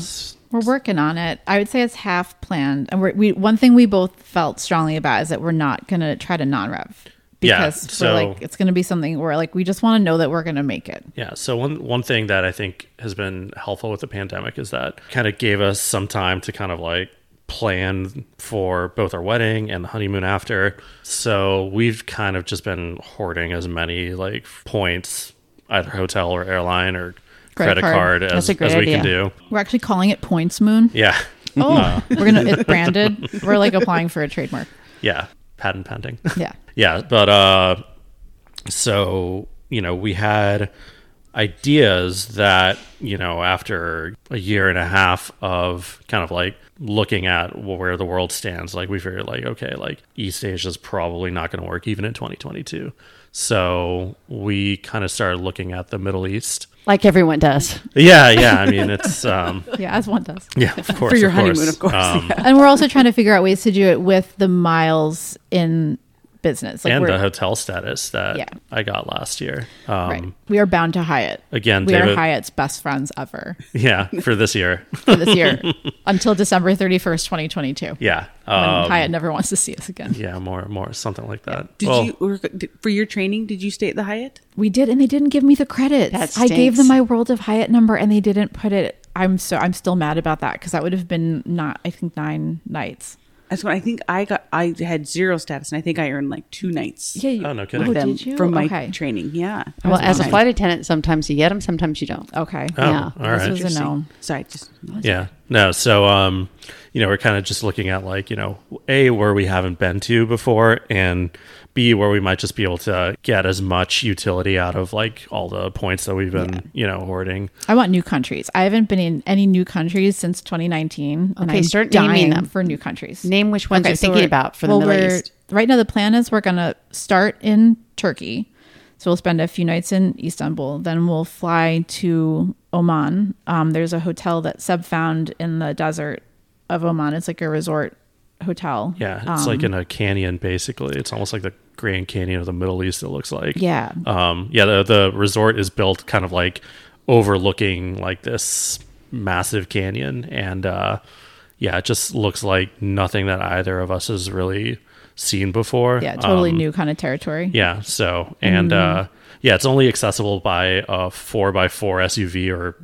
[SPEAKER 7] We're working on it. I would say it's half planned. And we're, we one thing we both felt strongly about is that we're not going to try to non-rev
[SPEAKER 4] Yeah,
[SPEAKER 7] because
[SPEAKER 4] so-
[SPEAKER 7] we're like it's going to be something where like we just want to know that we're going to make it.
[SPEAKER 4] Yeah. So one one thing that I think has been helpful with the pandemic is that kind of gave us some time to kind of like plan for both our wedding and the honeymoon after. So we've kind of just been hoarding as many like points, either hotel or airline or
[SPEAKER 7] Credit
[SPEAKER 4] credit,
[SPEAKER 7] card.
[SPEAKER 4] card,
[SPEAKER 3] That's
[SPEAKER 4] as,
[SPEAKER 3] a great
[SPEAKER 4] as we can
[SPEAKER 3] idea.
[SPEAKER 4] do.
[SPEAKER 7] We're actually calling it Points Moon.
[SPEAKER 4] Yeah. <laughs>
[SPEAKER 7] Oh, we're gonna it's branded. We're like applying for a trademark.
[SPEAKER 4] Yeah. Patent pending. <laughs>
[SPEAKER 7] Yeah.
[SPEAKER 4] yeah but uh so you know we had ideas that you know after a year and a half of kind of like looking at where the world stands like we figured like okay like east asia is probably not going to work even in 2022 so we kind of started looking at the middle east
[SPEAKER 3] Like everyone does.
[SPEAKER 4] yeah yeah i
[SPEAKER 5] <laughs>
[SPEAKER 4] mean it's um
[SPEAKER 7] Yeah, as one does.
[SPEAKER 4] yeah of course
[SPEAKER 5] your
[SPEAKER 4] of
[SPEAKER 5] honeymoon, of course,
[SPEAKER 4] um,
[SPEAKER 7] And we're also trying to figure out ways to do it with the miles in business. Like
[SPEAKER 4] and
[SPEAKER 7] we're
[SPEAKER 4] the hotel status that
[SPEAKER 7] Yeah.
[SPEAKER 4] i got last year um
[SPEAKER 7] right. We are bound to Hyatt.
[SPEAKER 4] again
[SPEAKER 7] we are
[SPEAKER 4] david
[SPEAKER 7] Hyatt's best friends ever
[SPEAKER 4] yeah for this year
[SPEAKER 7] for
[SPEAKER 4] <laughs>
[SPEAKER 7] this year until December 31st, 2022.
[SPEAKER 5] <laughs>
[SPEAKER 4] Yeah.
[SPEAKER 7] When
[SPEAKER 4] Um,
[SPEAKER 7] Hyatt never wants to see us again.
[SPEAKER 4] yeah, more, more, something like that.
[SPEAKER 5] Did
[SPEAKER 4] Well,
[SPEAKER 5] you or, did, for your training? Did you stay at the Hyatt?
[SPEAKER 7] We did, and they didn't give me the
[SPEAKER 3] That
[SPEAKER 7] credits. I gave
[SPEAKER 3] stinks.
[SPEAKER 7] them my World of Hyatt number, and they didn't put it. I'm so I'm still mad about that because that would have been not I think nine nights.
[SPEAKER 5] That's when I think I got. I had zero status, and I think I earned like two nights.
[SPEAKER 7] Yeah, you,
[SPEAKER 4] Oh, no
[SPEAKER 5] with
[SPEAKER 4] kidding. Oh,
[SPEAKER 5] them
[SPEAKER 7] did you?
[SPEAKER 5] from my
[SPEAKER 7] okay.
[SPEAKER 5] training. Yeah.
[SPEAKER 3] Well, as a
[SPEAKER 5] Okay.
[SPEAKER 3] flight attendant, sometimes you get them, sometimes you don't.
[SPEAKER 7] Okay,
[SPEAKER 4] Oh,
[SPEAKER 3] yeah,
[SPEAKER 4] all right.
[SPEAKER 7] this was a no.
[SPEAKER 5] Sorry, just
[SPEAKER 4] yeah. No. So, um, you know, we're kind of just looking at like, you know, A, where we haven't been to before, and B, where we might just be able to get as much utility out of like all the points that we've been, you know, hoarding.
[SPEAKER 7] I want new countries. I haven't been in any new countries since 2019. and
[SPEAKER 3] Okay,
[SPEAKER 7] I'm
[SPEAKER 3] start naming
[SPEAKER 7] dying
[SPEAKER 3] them.
[SPEAKER 7] for new countries.
[SPEAKER 3] Name which ones you're
[SPEAKER 7] so
[SPEAKER 3] thinking
[SPEAKER 7] we're-
[SPEAKER 3] about for the
[SPEAKER 7] well,
[SPEAKER 3] Middle
[SPEAKER 7] we're-
[SPEAKER 3] East.
[SPEAKER 7] Right now, the plan is we're going to start in Turkey. So we'll spend a few nights in Istanbul. Then we'll fly to Oman. Um, there's a hotel that Seb found in the desert of Oman. It's like a resort hotel.
[SPEAKER 4] Yeah. It's like
[SPEAKER 3] Um,
[SPEAKER 4] in a canyon, basically. It's almost like the Grand Canyon of the Middle East, it looks like.
[SPEAKER 7] Yeah.
[SPEAKER 4] Um, yeah. The, the resort is built kind of like overlooking like this massive canyon. And, uh, yeah, it just looks like nothing that either of us has really seen before.
[SPEAKER 7] Yeah, totally
[SPEAKER 4] Um,
[SPEAKER 7] new kind of territory.
[SPEAKER 4] Yeah. So and
[SPEAKER 3] Mm-hmm.
[SPEAKER 4] uh, yeah, it's only accessible by a four by four SUV or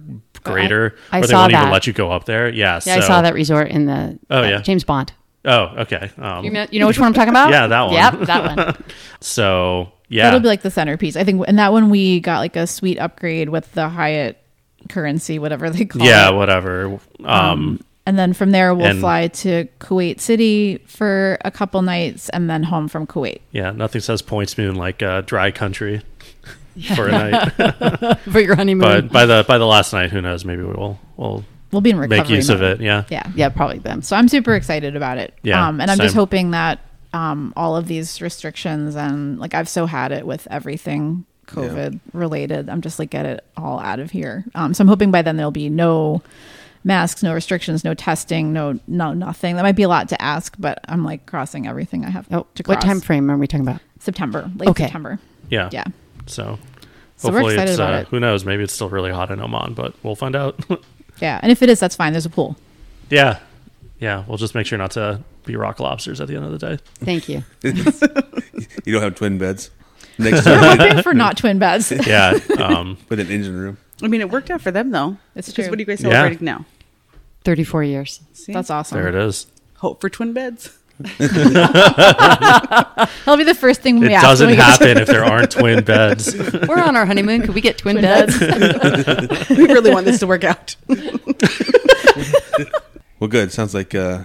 [SPEAKER 4] greater,
[SPEAKER 3] I
[SPEAKER 4] or they
[SPEAKER 3] saw
[SPEAKER 4] won't even
[SPEAKER 3] that.
[SPEAKER 4] let you go up there. Yeah.
[SPEAKER 3] Yeah,
[SPEAKER 4] so,
[SPEAKER 3] I saw that resort in the
[SPEAKER 4] Oh,
[SPEAKER 3] uh,
[SPEAKER 4] yeah.
[SPEAKER 3] James Bond.
[SPEAKER 4] Oh, okay. Um,
[SPEAKER 3] You know, you know which one I'm talking about?
[SPEAKER 4] Yeah, that one.
[SPEAKER 3] Yep,
[SPEAKER 4] <laughs>
[SPEAKER 3] that one.
[SPEAKER 4] so yeah,
[SPEAKER 7] That'll be like the centerpiece. I think and that one we got like a sweet upgrade with the Hyatt currency, whatever they call
[SPEAKER 4] yeah,
[SPEAKER 7] it.
[SPEAKER 4] whatever. Um,
[SPEAKER 7] And then from there we'll
[SPEAKER 4] And-
[SPEAKER 7] fly to Kuwait City for a couple nights and then home from Kuwait.
[SPEAKER 4] yeah, nothing says points moon like uh, dry country for a
[SPEAKER 7] <laughs>
[SPEAKER 4] night.
[SPEAKER 3] <laughs> For your honeymoon.
[SPEAKER 4] but by the by the last night, who knows? Maybe we'll we'll
[SPEAKER 7] We'll be in recovery.
[SPEAKER 4] make use of
[SPEAKER 7] mode.
[SPEAKER 4] it. Yeah.
[SPEAKER 7] Yeah.
[SPEAKER 3] yeah, probably them.
[SPEAKER 7] So I'm super excited about it.
[SPEAKER 4] Yeah,
[SPEAKER 7] Um, and I'm just
[SPEAKER 4] same.
[SPEAKER 7] hoping that um, all of these restrictions and like I've so had it with everything COVID related. I'm just like, get it all out of here. Um, so I'm hoping by then there'll be no masks, no restrictions, no testing, no, no, nothing. That might be a lot to ask, but I'm like crossing everything I have
[SPEAKER 3] Oh,
[SPEAKER 7] to cross.
[SPEAKER 3] what time frame are we talking about?
[SPEAKER 7] September, late
[SPEAKER 3] Okay.
[SPEAKER 7] September.
[SPEAKER 4] Yeah.
[SPEAKER 7] Yeah.
[SPEAKER 4] So.
[SPEAKER 7] So we're
[SPEAKER 4] Hopefully,
[SPEAKER 7] excited
[SPEAKER 4] it's
[SPEAKER 7] about
[SPEAKER 4] uh,
[SPEAKER 7] it.
[SPEAKER 4] who knows? Maybe it's still really hot in Oman, but we'll find out. <laughs>
[SPEAKER 7] Yeah. And if it is, that's fine. There's a pool. <laughs>
[SPEAKER 4] yeah, yeah. We'll just make sure not to be rock lobsters at the end of the day.
[SPEAKER 3] Thank you.
[SPEAKER 6] You don't have twin beds next
[SPEAKER 7] We're
[SPEAKER 6] to <laughs>
[SPEAKER 7] hoping for not
[SPEAKER 4] <laughs>
[SPEAKER 7] twin beds.
[SPEAKER 4] Yeah, um,
[SPEAKER 6] with an engine room.
[SPEAKER 5] I mean, it worked out for them though.
[SPEAKER 7] It's
[SPEAKER 5] Because
[SPEAKER 7] true.
[SPEAKER 5] What are you guys
[SPEAKER 4] Yeah.
[SPEAKER 5] celebrating now?
[SPEAKER 3] 34 years.
[SPEAKER 5] See?
[SPEAKER 7] That's awesome.
[SPEAKER 4] there it
[SPEAKER 7] <laughs>
[SPEAKER 4] is.
[SPEAKER 5] hope for twin beds. <laughs>
[SPEAKER 7] That'll be the first thing we
[SPEAKER 4] It
[SPEAKER 7] ask. when
[SPEAKER 4] doesn't
[SPEAKER 7] we go to-
[SPEAKER 4] happen if
[SPEAKER 7] <laughs>
[SPEAKER 4] there aren't twin beds.
[SPEAKER 3] We're on our honeymoon. Could we get twin beds?
[SPEAKER 5] we really want this to work out. <laughs>
[SPEAKER 6] Well, good. Sounds like uh,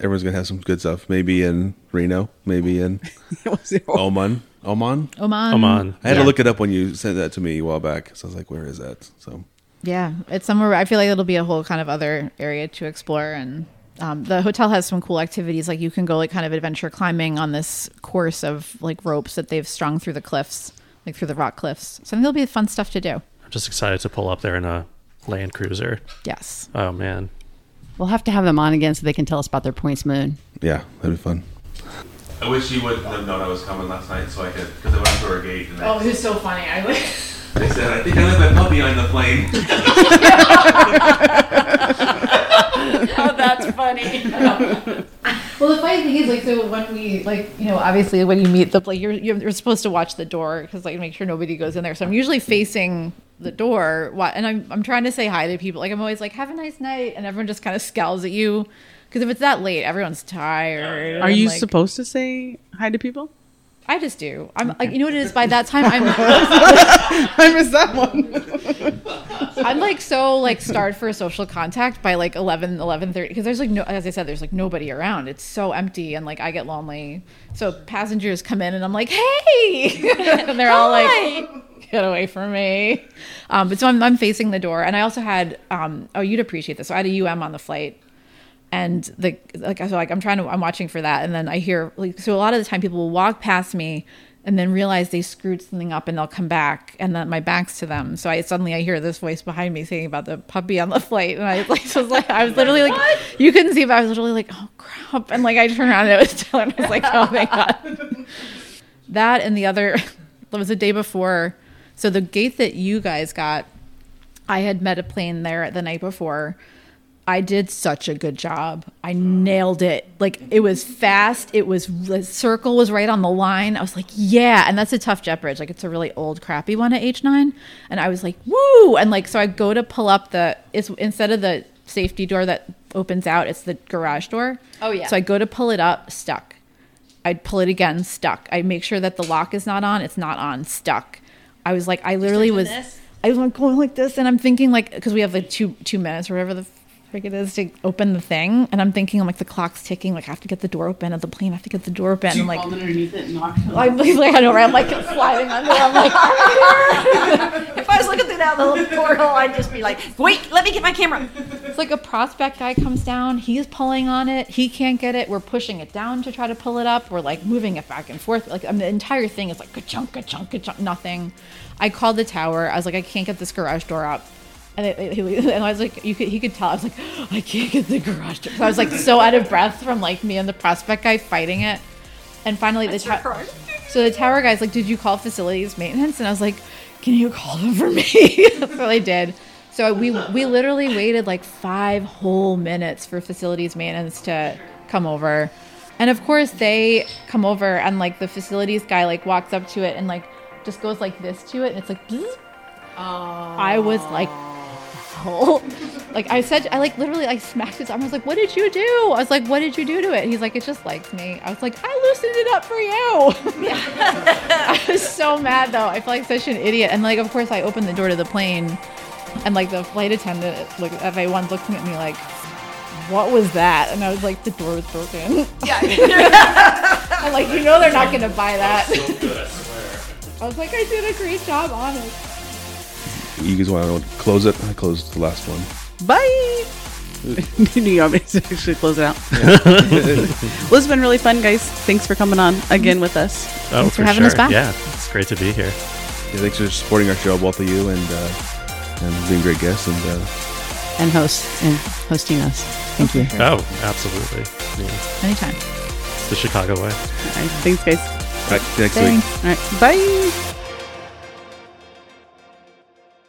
[SPEAKER 6] everyone's gonna have some good stuff. Maybe in Reno. Maybe in
[SPEAKER 4] Oh.
[SPEAKER 6] Oman. Oman.
[SPEAKER 7] Oman.
[SPEAKER 4] Oman.
[SPEAKER 6] I had
[SPEAKER 4] Yeah.
[SPEAKER 6] to look it up when you sent that to me a while back. So I was like, where is that? So
[SPEAKER 7] Yeah, it's somewhere. I feel like it'll be a whole kind of other area to explore, and um, the hotel has some cool activities. Like you can go like kind of adventure climbing on this course of like ropes that they've strung through the cliffs, like through the rock cliffs. So there'll be fun stuff to do.
[SPEAKER 4] I'm just excited to pull up there in a Land Cruiser.
[SPEAKER 7] Yes,
[SPEAKER 4] Oh man,
[SPEAKER 3] <laughs> We'll have to have them on again so they can tell us about their points moon.
[SPEAKER 6] yeah, that'd be fun. I wish you would have known I was coming last night so I could because I went through our gate and
[SPEAKER 7] it was Oh, so funny. I like. <laughs>
[SPEAKER 6] they said I think I left my puppy on the plane.
[SPEAKER 7] <laughs> Well, the funny thing is, like, so when we, like, you know, obviously when you meet the, like, you're you're, you're supposed to watch the door because, like, make sure nobody goes in there. So I'm usually facing the door, wa- and I'm I'm trying to say hi to people. Like, I'm always like, "Have a nice night," and everyone just kind of scowls at you because if it's that late, everyone's tired.
[SPEAKER 5] Are
[SPEAKER 7] and,
[SPEAKER 5] you
[SPEAKER 7] like,
[SPEAKER 5] supposed to say hi to people?
[SPEAKER 7] I just do. I'm like, you know what it is. By that
[SPEAKER 5] <laughs>
[SPEAKER 7] time, I'm.
[SPEAKER 5] I missed that one.
[SPEAKER 7] I'm like so like starved for social contact by like 11 11:30 because there's like no as I said there's like nobody around it's so empty and like I get lonely so passengers come in and I'm like hey <laughs> and they're all like get away from me um but so I'm, I'm facing the door and I also had um oh you'd appreciate this so I had a UM on the flight and the like so like I'm trying to I'm watching for that and then I hear like so a lot of the time people will walk past me and then realize they screwed something up and they'll come back and then my back's to them so I suddenly I hear this voice behind me saying about the puppy on the flight and I like <laughs> was like I was literally like you couldn't see but I was literally like oh crap and like I turned around and it was Dylan <laughs> I was like oh thank god that and the other <laughs> that was the day before so the gate that you guys got I had met a plane there the night before. I did such a good job. I nailed it. Like it was fast. It was the circle was right on the line. I was like, yeah. And that's a tough jet bridge. Like it's a really old, crappy one at H nine. And I was like, woo. And like so, I go to pull up the. It's instead of the safety door that opens out, it's the garage door.
[SPEAKER 8] Oh, yeah.
[SPEAKER 7] So I go to pull it up, stuck. I'd pull it again, stuck. I make sure that the lock is not on. It's not on, stuck. I was like, I literally was. I was like going like this, and I'm thinking like because we have like two two minutes or whatever the frick it is to open the thing, and I'm thinking I'm like the clock's ticking. Like I have to get the door open of the plane. I have to get the door open. and like
[SPEAKER 5] underneath it and knocked
[SPEAKER 7] I'm like I know right. I'm like <laughs> sliding under. I'm like
[SPEAKER 8] If I was looking through that little portal, I'd just be like, wait, let me get my camera.
[SPEAKER 7] It's like a prospect guy comes down, he's pulling on it, he can't get it. We're pushing it down to try to pull it up. We're like moving it back and forth. Like I mean, the entire thing is like ka-chunk, ka-chunk, ka-chunk, nothing. I called the tower. I was like, I can't get this garage door up. And, it, it- he- <laughs> and I was like, you could, he could tell. I was like, I can't get the garage door. So I was like so out of breath from like me and the prospect guy fighting it. And finally, the tower. So the tower guy's like, "Did you call facilities maintenance?" And I was like, "Can you call them for me?" <laughs> That's what I did. So we we literally waited like five whole minutes for facilities maintenance to come over, And of course, they come over and like the facilities guy like walks up to it and like just goes like this to it, and it's like. "Bzzz." I was like, oh. <laughs> like I said, I like literally like smacked his arm. I was like, what did you do? I was like, what did you do to it? He's like, it just likes me. I was like, I loosened it up for you. <laughs> I was so mad though. I felt like such an idiot. And like, of course, I opened the door to the plane, and like the flight attendant, look, FA1's looking at me like. What was that? And I was like, the door was broken. Yeah. <laughs> I'm like, you know they're not gonna buy that. <laughs> I was like, I did a great job on it.
[SPEAKER 6] <laughs> You guys want to close it? I closed the last one.
[SPEAKER 5] Bye. <laughs> New York is actually close it out. <laughs> well, it's been really fun, guys. Thanks for coming on again with us.
[SPEAKER 4] Oh,
[SPEAKER 7] for having us back.
[SPEAKER 4] Yeah, it's great to be here.
[SPEAKER 6] Yeah, thanks for supporting our show, both of you, and uh, and being great guests. And uh,
[SPEAKER 3] and host and hosting us. Thank you.
[SPEAKER 4] Oh, absolutely. Yeah,
[SPEAKER 7] Anytime.
[SPEAKER 4] it's the Chicago way.
[SPEAKER 5] All right, thanks, guys.
[SPEAKER 6] back next week.
[SPEAKER 5] All right, bye.